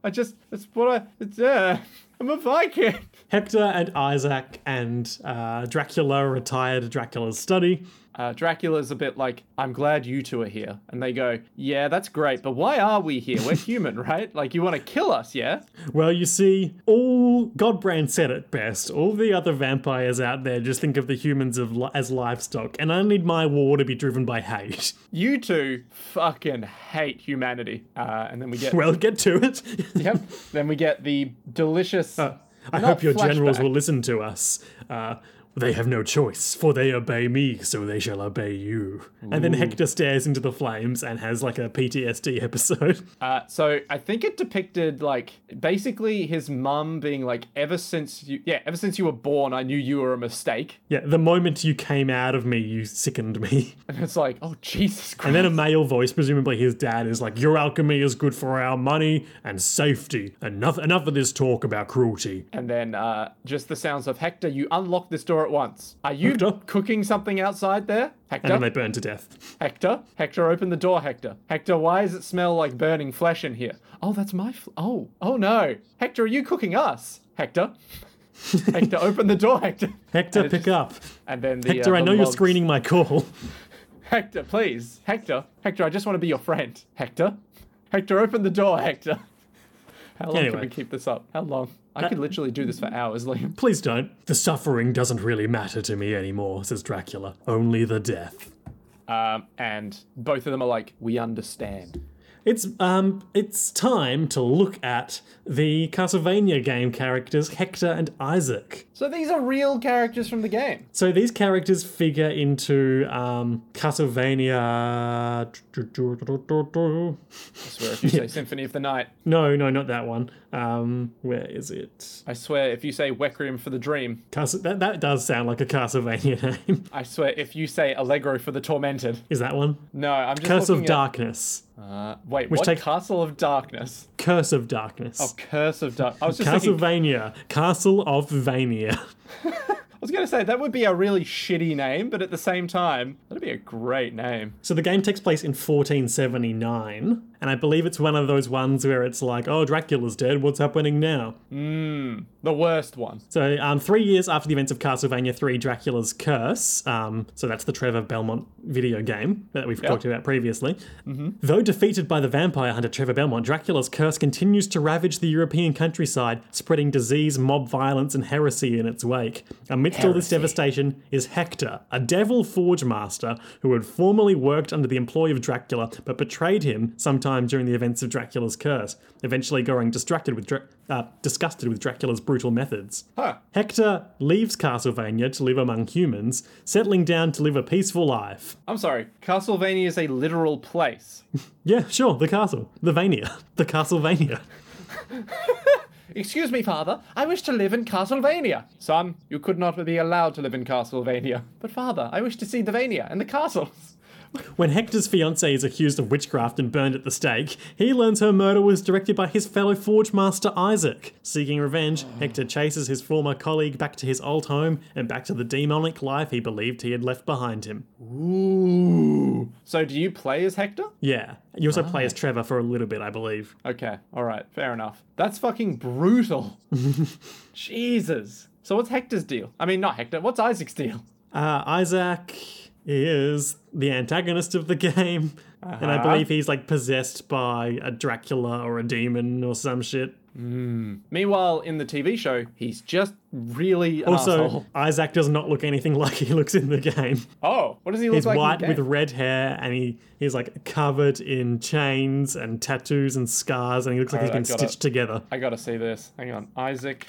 I just it's what I it's yeah. I'm a Viking.
Hector and Isaac and uh, Dracula retire to Dracula's study.
Uh, Dracula's a bit like I'm glad you two are here, and they go, yeah, that's great, but why are we here? We're human, right? Like you want to kill us, yeah?
Well, you see, all Godbrand said it best. All the other vampires out there just think of the humans of, li- as livestock, and I need my war to be driven by hate.
You two fucking hate humanity. Uh, and then we get
Well, get to it.
yep. Then we get the delicious.
I
not
hope your generals
flashback.
will listen to us. Uh, they have no choice, for they obey me, so they shall obey you. And then Hector stares into the flames and has like a PTSD episode.
Uh, so I think it depicted like basically his mum being like, ever since you, yeah, ever since you were born, I knew you were a mistake.
yeah, the moment you came out of me, you sickened me.
And it's like, oh Jesus Christ.
And then a male voice, presumably his dad, is like, "Your alchemy is good for our money and safety. Enough, enough of this talk about cruelty."
And then uh, just the sounds of Hector. You unlock this door at once. Are you
Hector?
cooking something outside there, Hector?
And then they burn to death.
Hector, Hector, open the door, Hector. Hector, why does it smell like burning flesh in here? Oh, that's my. Fl- oh, oh no. Hector, are you cooking us? Hector, Hector, open the door, Hector.
Hector,
it
pick
just-
up.
And then the,
Hector,
uh,
I
the
know you're
logs-
screening my call.
Hector, please, Hector, Hector, I just want to be your friend. Hector, Hector, open the door, Hector. How long can
Anyway.
we keep this up? How long? I could literally do this for hours, Liam.
Please don't. The suffering doesn't really matter to me anymore, says Dracula. Only the death.
Um, and both of them are like, we understand.
It's um, it's time to look at the Castlevania game characters Hector and Isaac.
So these are real characters from the game.
So these characters figure into um, Castlevania.
I swear, if you say Symphony of the Night,
No, no, not that one. Um, where is it?
I swear, if you say Requiem for the Dream,
Cas- that, that does sound like a Castlevania name.
I swear, if you say Allegro for the Tormented,
Is that one?
no, I'm just
Curse of
looking at-
Darkness.
Uh, wait, what?
takes-
Castle of Darkness.
Curse of Darkness.
Oh, Curse of Dark. I was just thinking,
Castlevania. Castle of Vania.
I was gonna say that would be a really shitty name, but at the same time, that'd be a great name.
So the game takes place in 1479, And I believe it's one of those ones where it's like, oh, Dracula's dead. What's happening now?
The worst one.
So, um, three years after the events of Castlevania 3 Dracula's Curse, um, so that's the Trevor Belmont video game that we've talked about previously. Though defeated by the vampire hunter Trevor Belmont, Dracula's Curse continues to ravage the European countryside, spreading disease, mob violence, and heresy in its wake. Amidst all this devastation is Hector, a devil forge master who had formerly worked under the employ of Dracula but betrayed him sometime during the events of Dracula's Curse, eventually growing distracted with Dra- uh, disgusted with Dracula's brutal methods.
Huh.
Hector leaves Castlevania to live among humans, settling down to live a peaceful life.
I'm sorry. Castlevania is a literal place.
Yeah, sure, the castle. The Vania. The Castlevania.
Excuse me, father. I wish to live in Castlevania. Son, you could not be allowed to live in Castlevania. But father, I wish to see the Vania and the castles.
When Hector's fiancée is accused of witchcraft and burned at the stake, he learns her murder was directed by his fellow Forge Master Isaac. Seeking revenge, Hector chases his former colleague back to his old home and back to the demonic life he believed he had left behind him.
Ooh. So do you play as Hector?
Yeah. You also play as Trevor for a little bit, I believe.
Okay, alright, fair enough. That's fucking brutal. Jesus. So what's Hector's deal? I mean, not Hector, what's Isaac's deal?
Uh, Isaac is the antagonist of the game, and
Uh-huh.
I believe he's like possessed by a Dracula or a demon or some shit.
Meanwhile, in the TV show, he's just really an
Also,
asshole.
Isaac does not look anything like he looks in the game.
Oh, what does he look
He's
like? in the
white
game?
with red hair, and he, he's like covered in chains and tattoos and scars, and he looks like
Alright,
he's been
Oh, I got it.
stitched together.
I gotta see this. Hang on. Isaac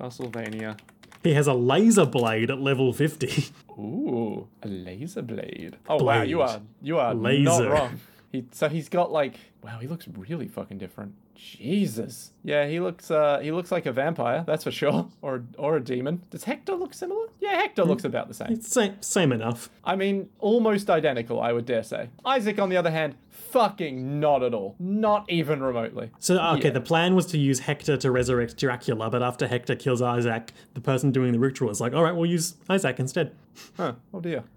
Castlevania.
He has a laser blade at level 50.
Ooh, a laser blade. Oh wow, you
Blade.
are you are
Laser.
not wrong. He, so he's got like wow, he looks really fucking different. Jesus. Yeah, he looks uh he looks like a vampire, that's for sure, or or a demon. Does Hector look similar? Yeah, Hector looks about the same.
same, same enough.
I mean, almost identical, I would dare say. Isaac on the other hand, fucking not at all. Not even remotely.
So okay,
Yeah.
the plan was to use Hector to resurrect Dracula, but after Hector kills Isaac, the person doing the ritual is like, "All right, we'll use Isaac instead."
Huh. Oh dear.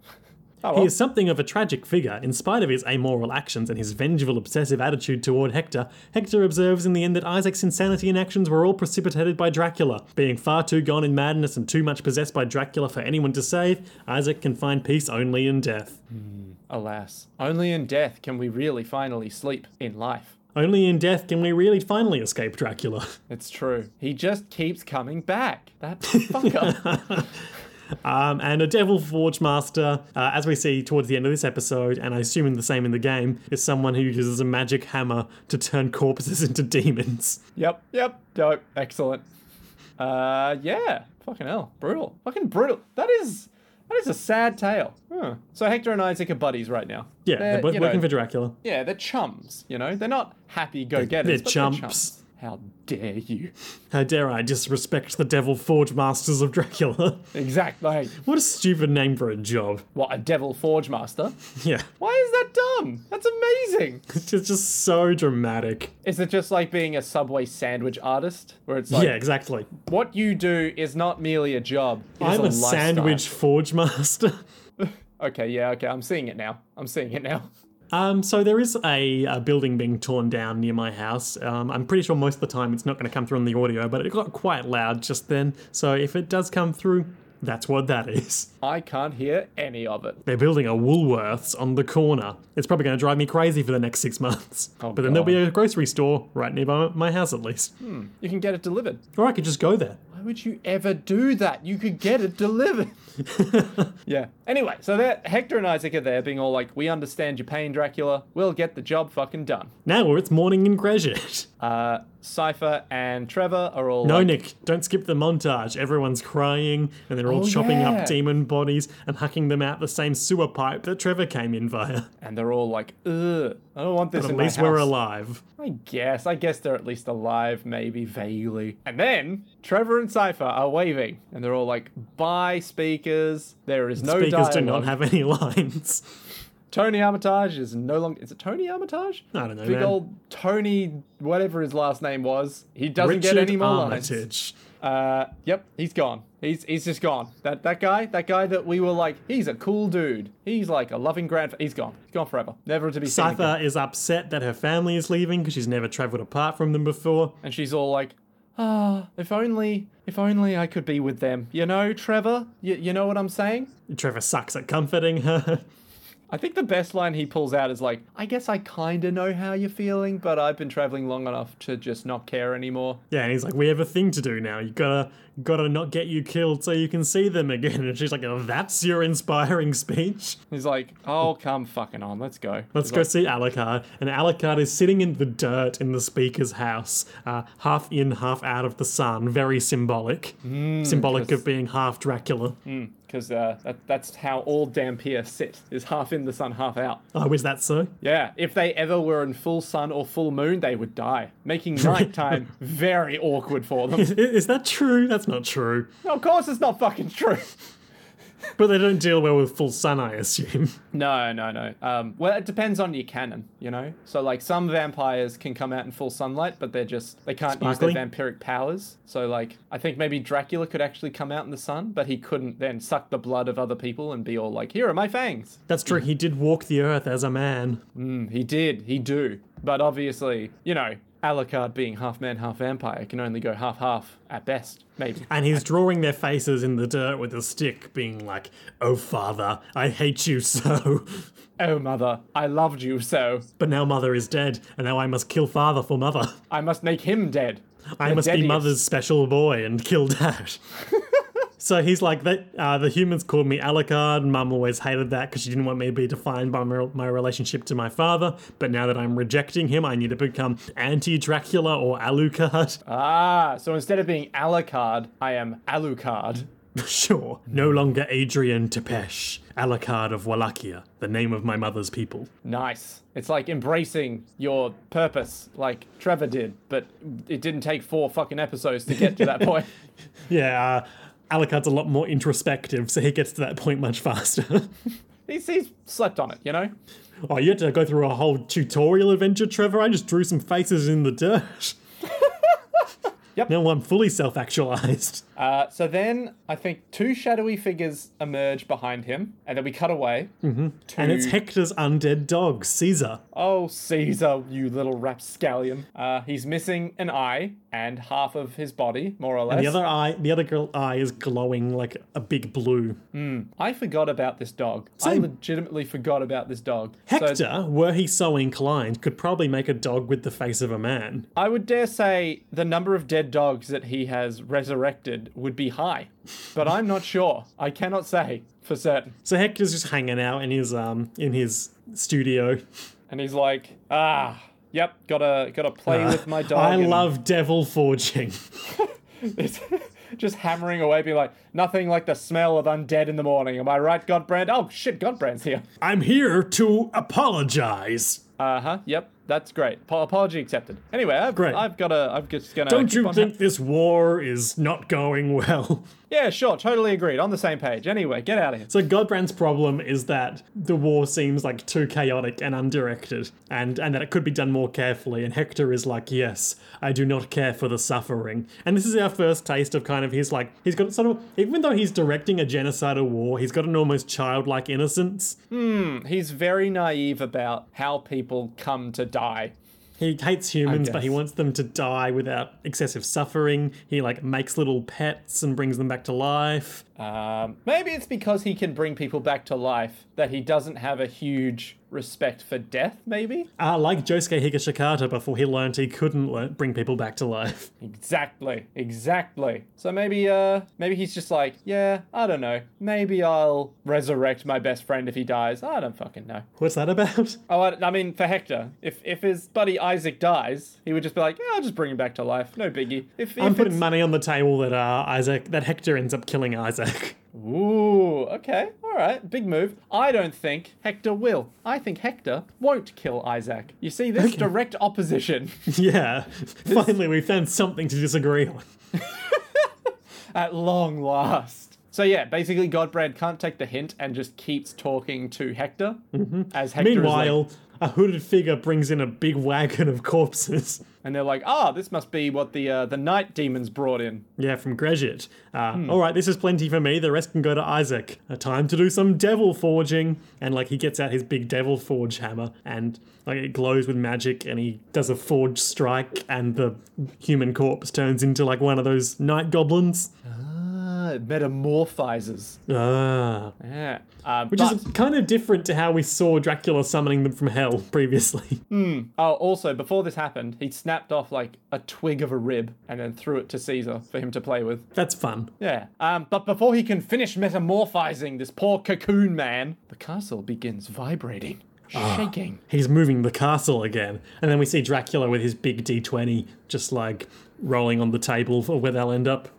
Oh,
He
well.
is something of a tragic figure, in spite of his amoral actions and his vengeful, obsessive attitude toward Hector. Hector observes in the end that Isaac's insanity and actions were all precipitated by Dracula. Being far too gone in madness and too much possessed by Dracula for anyone to save, Isaac can find peace only in death.
Alas, only in death can we really finally sleep in life.
Only in death can we really finally escape Dracula.
It's true. He just keeps coming back. That fucker.
Um, and a Devil Forge Master, uh, as we see towards the end of this episode, and I assume in the same in the game, is someone who uses a magic hammer to turn corpses into demons.
yep, yep, dope, excellent. Uh, yeah, fucking hell, brutal, fucking brutal. That is, that is a sad tale. Huh. So Hector and Isaac are buddies right now.
Yeah, they're both
Uh, you
working
know,
for Dracula.
Yeah, they're chums. You know, they're not happy-go-getters.
They're
but
chumps.
chumps. How dare you?
How dare I disrespect the Devil Forge Masters of Dracula?
Exactly.
what a stupid name for a job.
What a devil forge master.
Yeah,
Why is that dumb? That's amazing.
it's just, just so dramatic.
Is it just like being a subway sandwich artist, where it's like
yeah, exactly.
What you do is not merely a job. It is
I'm a,
lifestyle.
sandwich forge master.
Okay, yeah, okay. I'm seeing it now. I'm seeing it now.
Um, so there is a, a building being torn down near my house. Um, I'm pretty sure most of the time it's not going to come through on the audio, but it got quite loud just then. So if it does come through, that's what that is.
I can't hear any of it.
They're building a Woolworths on the corner. It's probably going to drive me crazy for the next six months.
Oh,
but then there'll be a grocery store right nearby my house at least.
You can get it delivered.
Or I could just go there.
Why would you ever do that? You could get it delivered. yeah. Anyway, so that Hector and Isaac are there, being all like, "We understand your pain, Dracula. We'll get the job fucking done."
Now it's morning in Gresham.
Uh, Cipher and Trevor are all
No,
like,
Nick, don't skip the montage. Everyone's crying and they're all chopping
Oh, yeah.
up demon bodies and hacking them out the same sewer pipe that Trevor came in via.
and they're all like, "Ugh, I don't want this
But
in
at
my
least we're
house."
alive.
I guess. I guess they're at least alive, maybe vaguely. And then Trevor and Cypher are waving, and they're all like, bye, speakers. There is no
Speakers
dialogue.
do not have any lines.
Tony Armitage is no longer. Is it Tony Armitage?
I don't know,
Big
man.
old Tony, whatever his last name was. He doesn't
Richard
get any more lines.
Armitage.
Uh, yep, he's gone. He's he's just gone. That that guy, that guy that we were like, he's a cool dude. He's like a loving grandfather. He's gone. He's gone forever, never to be seen. again.
Cypher is upset that her family is leaving because she's never traveled apart from them before.
And she's all like, ah, if only, if only I could be with them. You know, Trevor. You, you know what I'm saying?
Trevor sucks at comforting her.
I think the best line he pulls out is like, I guess I kind of know how you're feeling, but I've been traveling long enough to just not care anymore.
yeah, and he's like, "We have a thing to do now. You gotta gotta not get you killed so you can see them again." And she's like, oh, "That's your inspiring speech."
He's like, oh, come fucking on, let's go.
Let's go see Alucard. And Alucard is sitting in the dirt in the speaker's house, uh, half in, half out of the sun. Very symbolic.
Hmm,
symbolic of being half Dracula.
Because uh, that, that's how all Dampier sit, is half in the sun, half out.
Oh, is that so?
Yeah, if they ever were in full sun or full moon, they would die, making nighttime very awkward for them.
Is, is that true? That's not true.
of course, it's not fucking true.
But they don't deal well with full sun, I assume.
No, no, no. Um, well, it depends on your canon, you know. So, like, some vampires can come out in full sunlight, but they're just they can't use
Sparkly?
their vampiric powers. So, like, I think maybe Dracula could actually come out in the sun, but he couldn't then suck the blood of other people and be all like, "Here are my fangs."
That's true. He did walk the earth as a man.
Mm, he did, he do. But obviously, you know, Alucard being half man, half vampire can only go half half at best, maybe.
And he's drawing their faces in the dirt with a stick, being like, Oh, father, I hate you so.
Oh mother, I loved you so.
But now mother is dead, and now I must kill father for mother.
I must make him dead.
I
The
must be
deadiest.
mother's special boy and kill dad. so he's like, that, uh, the humans called me Alucard. Mum always hated that because she didn't want me to be defined by my, my relationship to my father. But now that I'm rejecting him, I need to become anti Dracula or Alucard.
Ah, so instead of being Alucard, I am Alucard.
sure. No longer Adrian Tepesh, Alucard of Wallachia, the name of my mother's people.
Nice. It's like embracing your purpose, like Trevor did, but it didn't take four fucking episodes to get to that point.
Yeah, uh, Alucard's a lot more introspective, so he gets to that point much faster.
He's, he's slept on it, you know?
Oh, you had to go through a whole tutorial adventure, Trevor. I just drew some faces in the dirt.
Yep.
Now I'm fully self actualized.
Uh, so then I think two shadowy figures emerge behind him, and then we cut away. To,
Mm-hmm. And it's Hector's undead dog, Caesar.
Oh, Caesar, you little rapscallion. Uh, he's missing an eye and half of his body, more or less.
The other eye, the other girl eye is glowing like a big blue.
I forgot about this dog.
Same.
I legitimately forgot about this dog. So
Hector, were he so inclined, could probably make a dog with the face of a man.
I would dare say the number of dead dogs that he has resurrected would be high, but I'm not sure. I cannot say for certain.
So Hector's just hanging out in his um in his studio.
And he's like, ah, yep, gotta gotta play with my dog.
I
and
love devil forging.
it's just hammering away, being like, nothing like the smell of undead in the morning. Am I right, Godbrand? Oh shit, Godbrand's here.
I'm here to apologize.
Uh huh. Yep, that's great. Po- apology accepted. Anyway, I've,
Great.
I've gotta. I'm just gonna.
Don't
keep
you
on ha-
think this war is not going well?
yeah, sure, totally agreed. On the same page. Anyway, get out of here.
So Godbrand's problem is that the war seems like too chaotic and undirected, and and that it could be done more carefully. And Hector is like, yes, I do not care for the suffering. And this is our first taste of kind of his like he's got sort of even though he's directing a genocidal war, he's got an almost childlike innocence.
He's very naive about how people come to die.
He hates humans, but he
guess.
wants them to die without excessive suffering. He like makes little pets and brings them back to life.
Um, maybe it's because he can bring people back to life that he doesn't have a huge respect for death, maybe?
Uh, like Josuke Higashikata before he learned he couldn't learn, bring people back to life.
Exactly, exactly. So maybe, uh, maybe he's just like, yeah, I don't know. Maybe I'll resurrect my best friend if he dies. I don't fucking know.
What's that about?
Oh, I, I mean, for Hector, if if his buddy Isaac dies, he would just be like, yeah, I'll just bring him back to life. No biggie. If, if
I'm putting
it's-
money on the table that uh, Isaac, that Hector ends up killing Isaac.
Ooh, okay, all right, big move. I don't think Hector will. I think Hector won't kill Isaac. You see, this direct opposition.
yeah, finally we found something to disagree on.
at long last. So yeah, basically, Godbrand can't take the hint and just keeps talking to Hector as Hector. is like-
Meanwhile, a hooded figure brings in a big wagon of corpses.
and they're like, "Ah, this must be what the uh, the night demons brought in."
Yeah, from Greshit. Uh, All right, this is plenty for me. The rest can go to Isaac. A time to do some devil forging. And like he gets out his big devil forge hammer, and like it glows with magic, and he does a forge strike, and the human corpse turns into like one of those night goblins.
Ah, it metamorphizes.
Ah,
Yeah, uh,
which is kind of different to how we saw Dracula summoning them from hell previously.
Oh, also, before this happened, he snapped off like a twig of a rib and then threw it to Caesar for him to play with.
That's fun.
Yeah. Um, but before he can finish metamorphizing this poor cocoon man, the castle begins vibrating,
Ah.
shaking.
He's moving the castle again. And then we see Dracula with his big D20 just like rolling on the table for where they'll end up.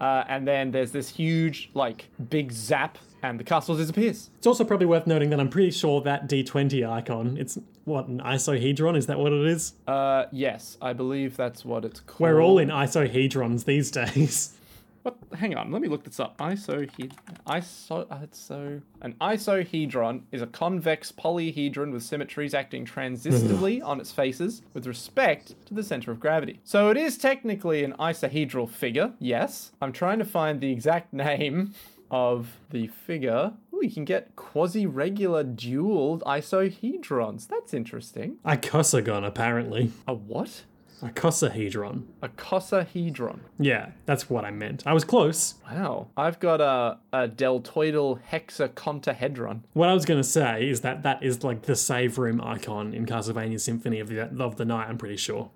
Uh, and then there's this huge, like, big zap, and the castle disappears.
It's also probably worth noting that I'm pretty sure that D20 icon, it's what, an isohedron? Is that what it is?
Uh, yes, I believe that's what it's called.
We're all in isohedrons these days.
What? Hang on, let me look this up. Isohe- iso- iso- an isohedron is a convex polyhedron with symmetries acting transistively on its faces with respect to the center of gravity. So it is technically an isohedral figure. Yes, I'm trying to find the exact name of the figure. Ooh, you can get quasi-regular dual isohedrons. That's interesting.
Icosagon, apparently.
A what?
Icosahedron.
A cosahedron.
Yeah, that's what I meant. I was close.
Wow, I've got a, a deltoidal hexacontetrahedron.
What I was going to say is that that is like the save room icon in Castlevania Symphony of the, of the Night, I'm pretty sure.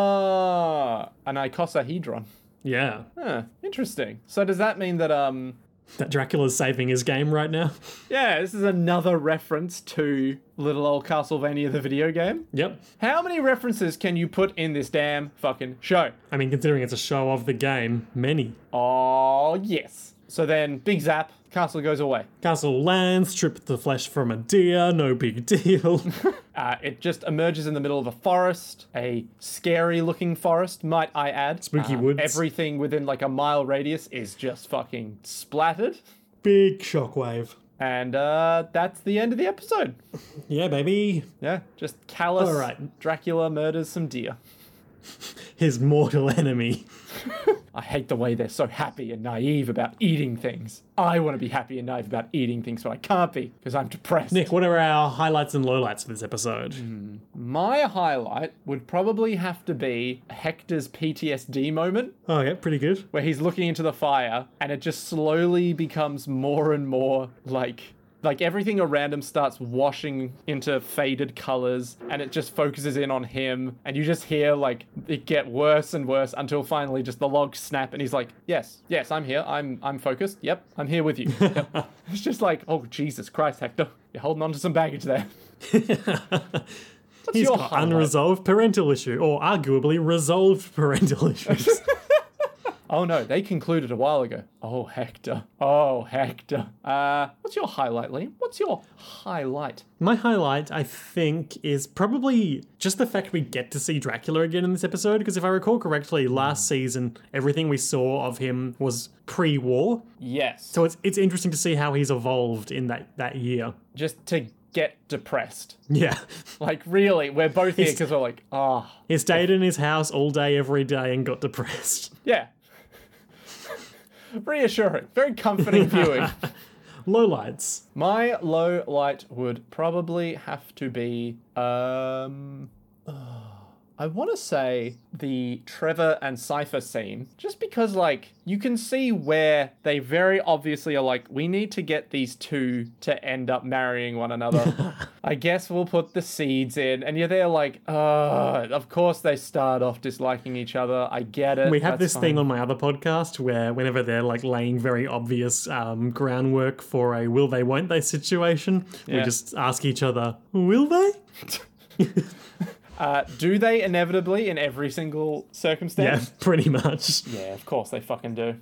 Ah, an icosahedron.
Yeah.
Huh, interesting. So does that mean that um,
That Dracula's saving his game right now.
yeah, this is another reference to little old Castlevania the video game?
Yep.
How many references can you put in this damn fucking show?
I mean, considering it's a show of the game, many.
Oh yes. So then, big zap, castle goes away.
Castle lands, strip the flesh from a deer, no big deal.
Uh, it just emerges in the middle of a forest, a scary looking forest, might I add.
Spooky
Uh,
woods.
Everything within like a mile radius is just fucking splattered.
Big shockwave.
And uh, that's the end of the episode.
Yeah, baby.
Yeah, just callous.
All right.
Dracula murders some deer.
His mortal enemy.
I hate the way they're so happy and naive about eating things. I want to be happy and naive about eating things, but I can't be because I'm depressed.
Nick, what are our highlights and lowlights for this episode?
Mm. My highlight would probably have to be Hector's PTSD moment
Oh, yeah, pretty good.
where he's looking into the fire and it just slowly becomes more and more like like everything around him starts washing into faded colors and it just focuses in on him and you just hear like it get worse and worse until finally just the logs snap and he's like yes yes i'm here i'm i'm focused yep i'm here with you Yep." it's just like oh jesus christ hector you're holding on to some baggage there
He's
your
got
highlight?
unresolved parental issue, or arguably resolved parental issues.
oh no they concluded a while ago oh hector oh hector uh what's your highlight liam what's your highlight
My highlight, I think, is probably just the fact we get to see Dracula again in this episode. Because if I recall correctly,
Mm.
last season, everything we saw of him was pre war.
Yes.
So it's, it's interesting to see how he's evolved in that, that year.
just to get depressed.
Yeah.
Like, really, we're both here because we're like, ah,
He stayed in his house all day, every day, and got depressed.
yeah. Reassuring, very comforting viewing.
Lowlights.
My low light would probably have to be, um, I want to say the Trevor and Cypher scene, just because, like, you can see where they very obviously are like, we need to get these two to end up marrying one another. I guess we'll put the seeds in. And you're there, like, uh, of course they start off disliking each other. I get it.
We have
that's
this thing
fine."
on my other podcast where whenever they're like laying very obvious um, groundwork for a will they won't they situation, we
Yeah.
just ask each other, will they?
Uh, do they inevitably in every single circumstance?
Yeah, pretty much.
Yeah, of course they Ah. fucking do.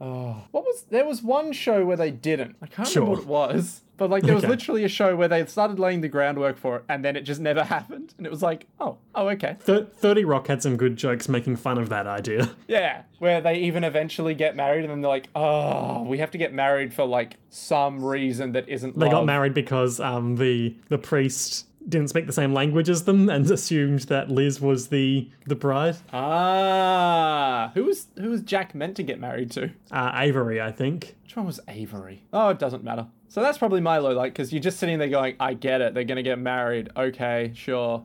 Oh. What was there was one show where they didn't. I can't
Sure.
remember what it was. But like there was
Okay.
literally a show where they started laying the groundwork for it and then it just never happened. And it was like, oh, oh okay.
Thir- 30 Rock had some good jokes making fun of that idea.
Yeah. Where they even eventually get married and then they're like, oh, we have to get married for like some reason that isn't
They
love.
got married because um, the the priest didn't speak the same language as them and assumed that Liz was the the bride.
Uh, Ah who was who was Jack meant to get married to?
Uh, Avery, I think.
Which one was Avery? Oh, it doesn't matter. So that's probably my low light because you're just sitting there going, I get it. They're going to get married. Okay, sure.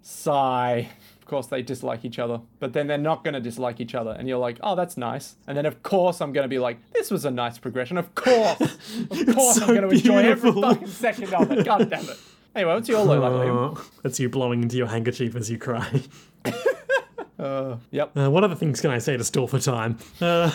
Sigh. Of course, they dislike each other, but then they're not going to dislike each other. And you're like, oh, that's nice. And then, of course, I'm going to be like, this was a nice progression. Of course. Of course,
so
I'm going to enjoy every
beautiful.
fucking second of it. God damn it. Anyway, what's your low light, Liam?
Oh, that's you blowing into your handkerchief as you cry.
Yep.
Uh, what other things can I say to stall for time? Uh,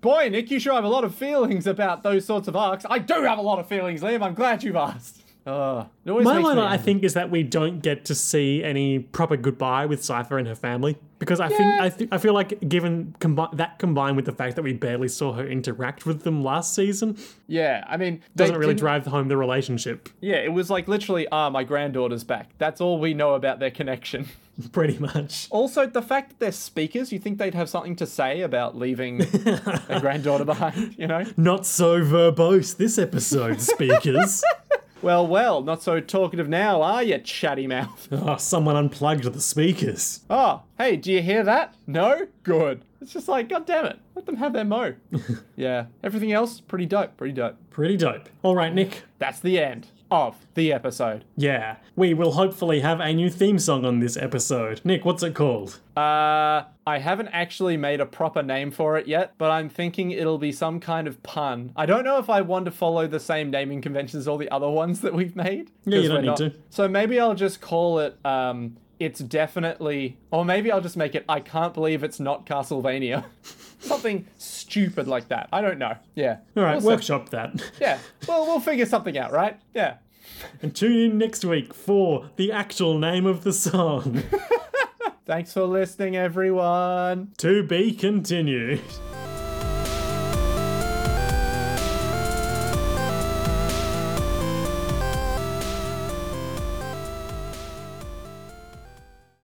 Boy, Nick, you sure have a lot of feelings about those sorts of arcs. I do have a lot of feelings, Liam. I'm glad you've asked. Uh, it always
my
makes
line,
me
I
angry.
think, is that we don't get to see any proper goodbye with Cipher and her family because I think I, th- I feel like given combi- that combined with the fact that we barely saw her interact with them last season
Yeah, I mean, they
doesn't really
didn't-
drive home the relationship
Yeah, it was like literally, ah, my granddaughter's back. That's all we know about their connection.
pretty much.
Also, the fact that they're speakers, you think they'd have something to say about leaving their granddaughter behind, you know?
Not so verbose this episode, speakers.
Well, well, not so talkative now, are you, chatty mouth?
oh, someone unplugged the speakers.
Oh, hey, do you hear that? No? Good. It's just like, god damn it, let them have their mo. yeah, everything else, pretty dope, pretty dope.
Pretty dope. All right, Nick.
That's the end of the episode.
Yeah, we will hopefully have a new theme song on this episode. Nick, what's it called?
Uh, I haven't actually made a proper name for it yet, but I'm thinking it'll be some kind of pun. I don't know if I want to follow the same naming convention as all the other ones that we've made.
Yeah, you
'cause
don't
we're
need to.
So maybe I'll just call it. Um, it's definitely, or maybe I'll just make it. I can't believe it's not Castlevania. something stupid like that. I don't know. Yeah.
All right,
We'll see.
workshop that.
Yeah. Well, we'll figure something out, right? Yeah.
and tune in next week for the actual name of the song.
Thanks for listening, everyone.
to be continued.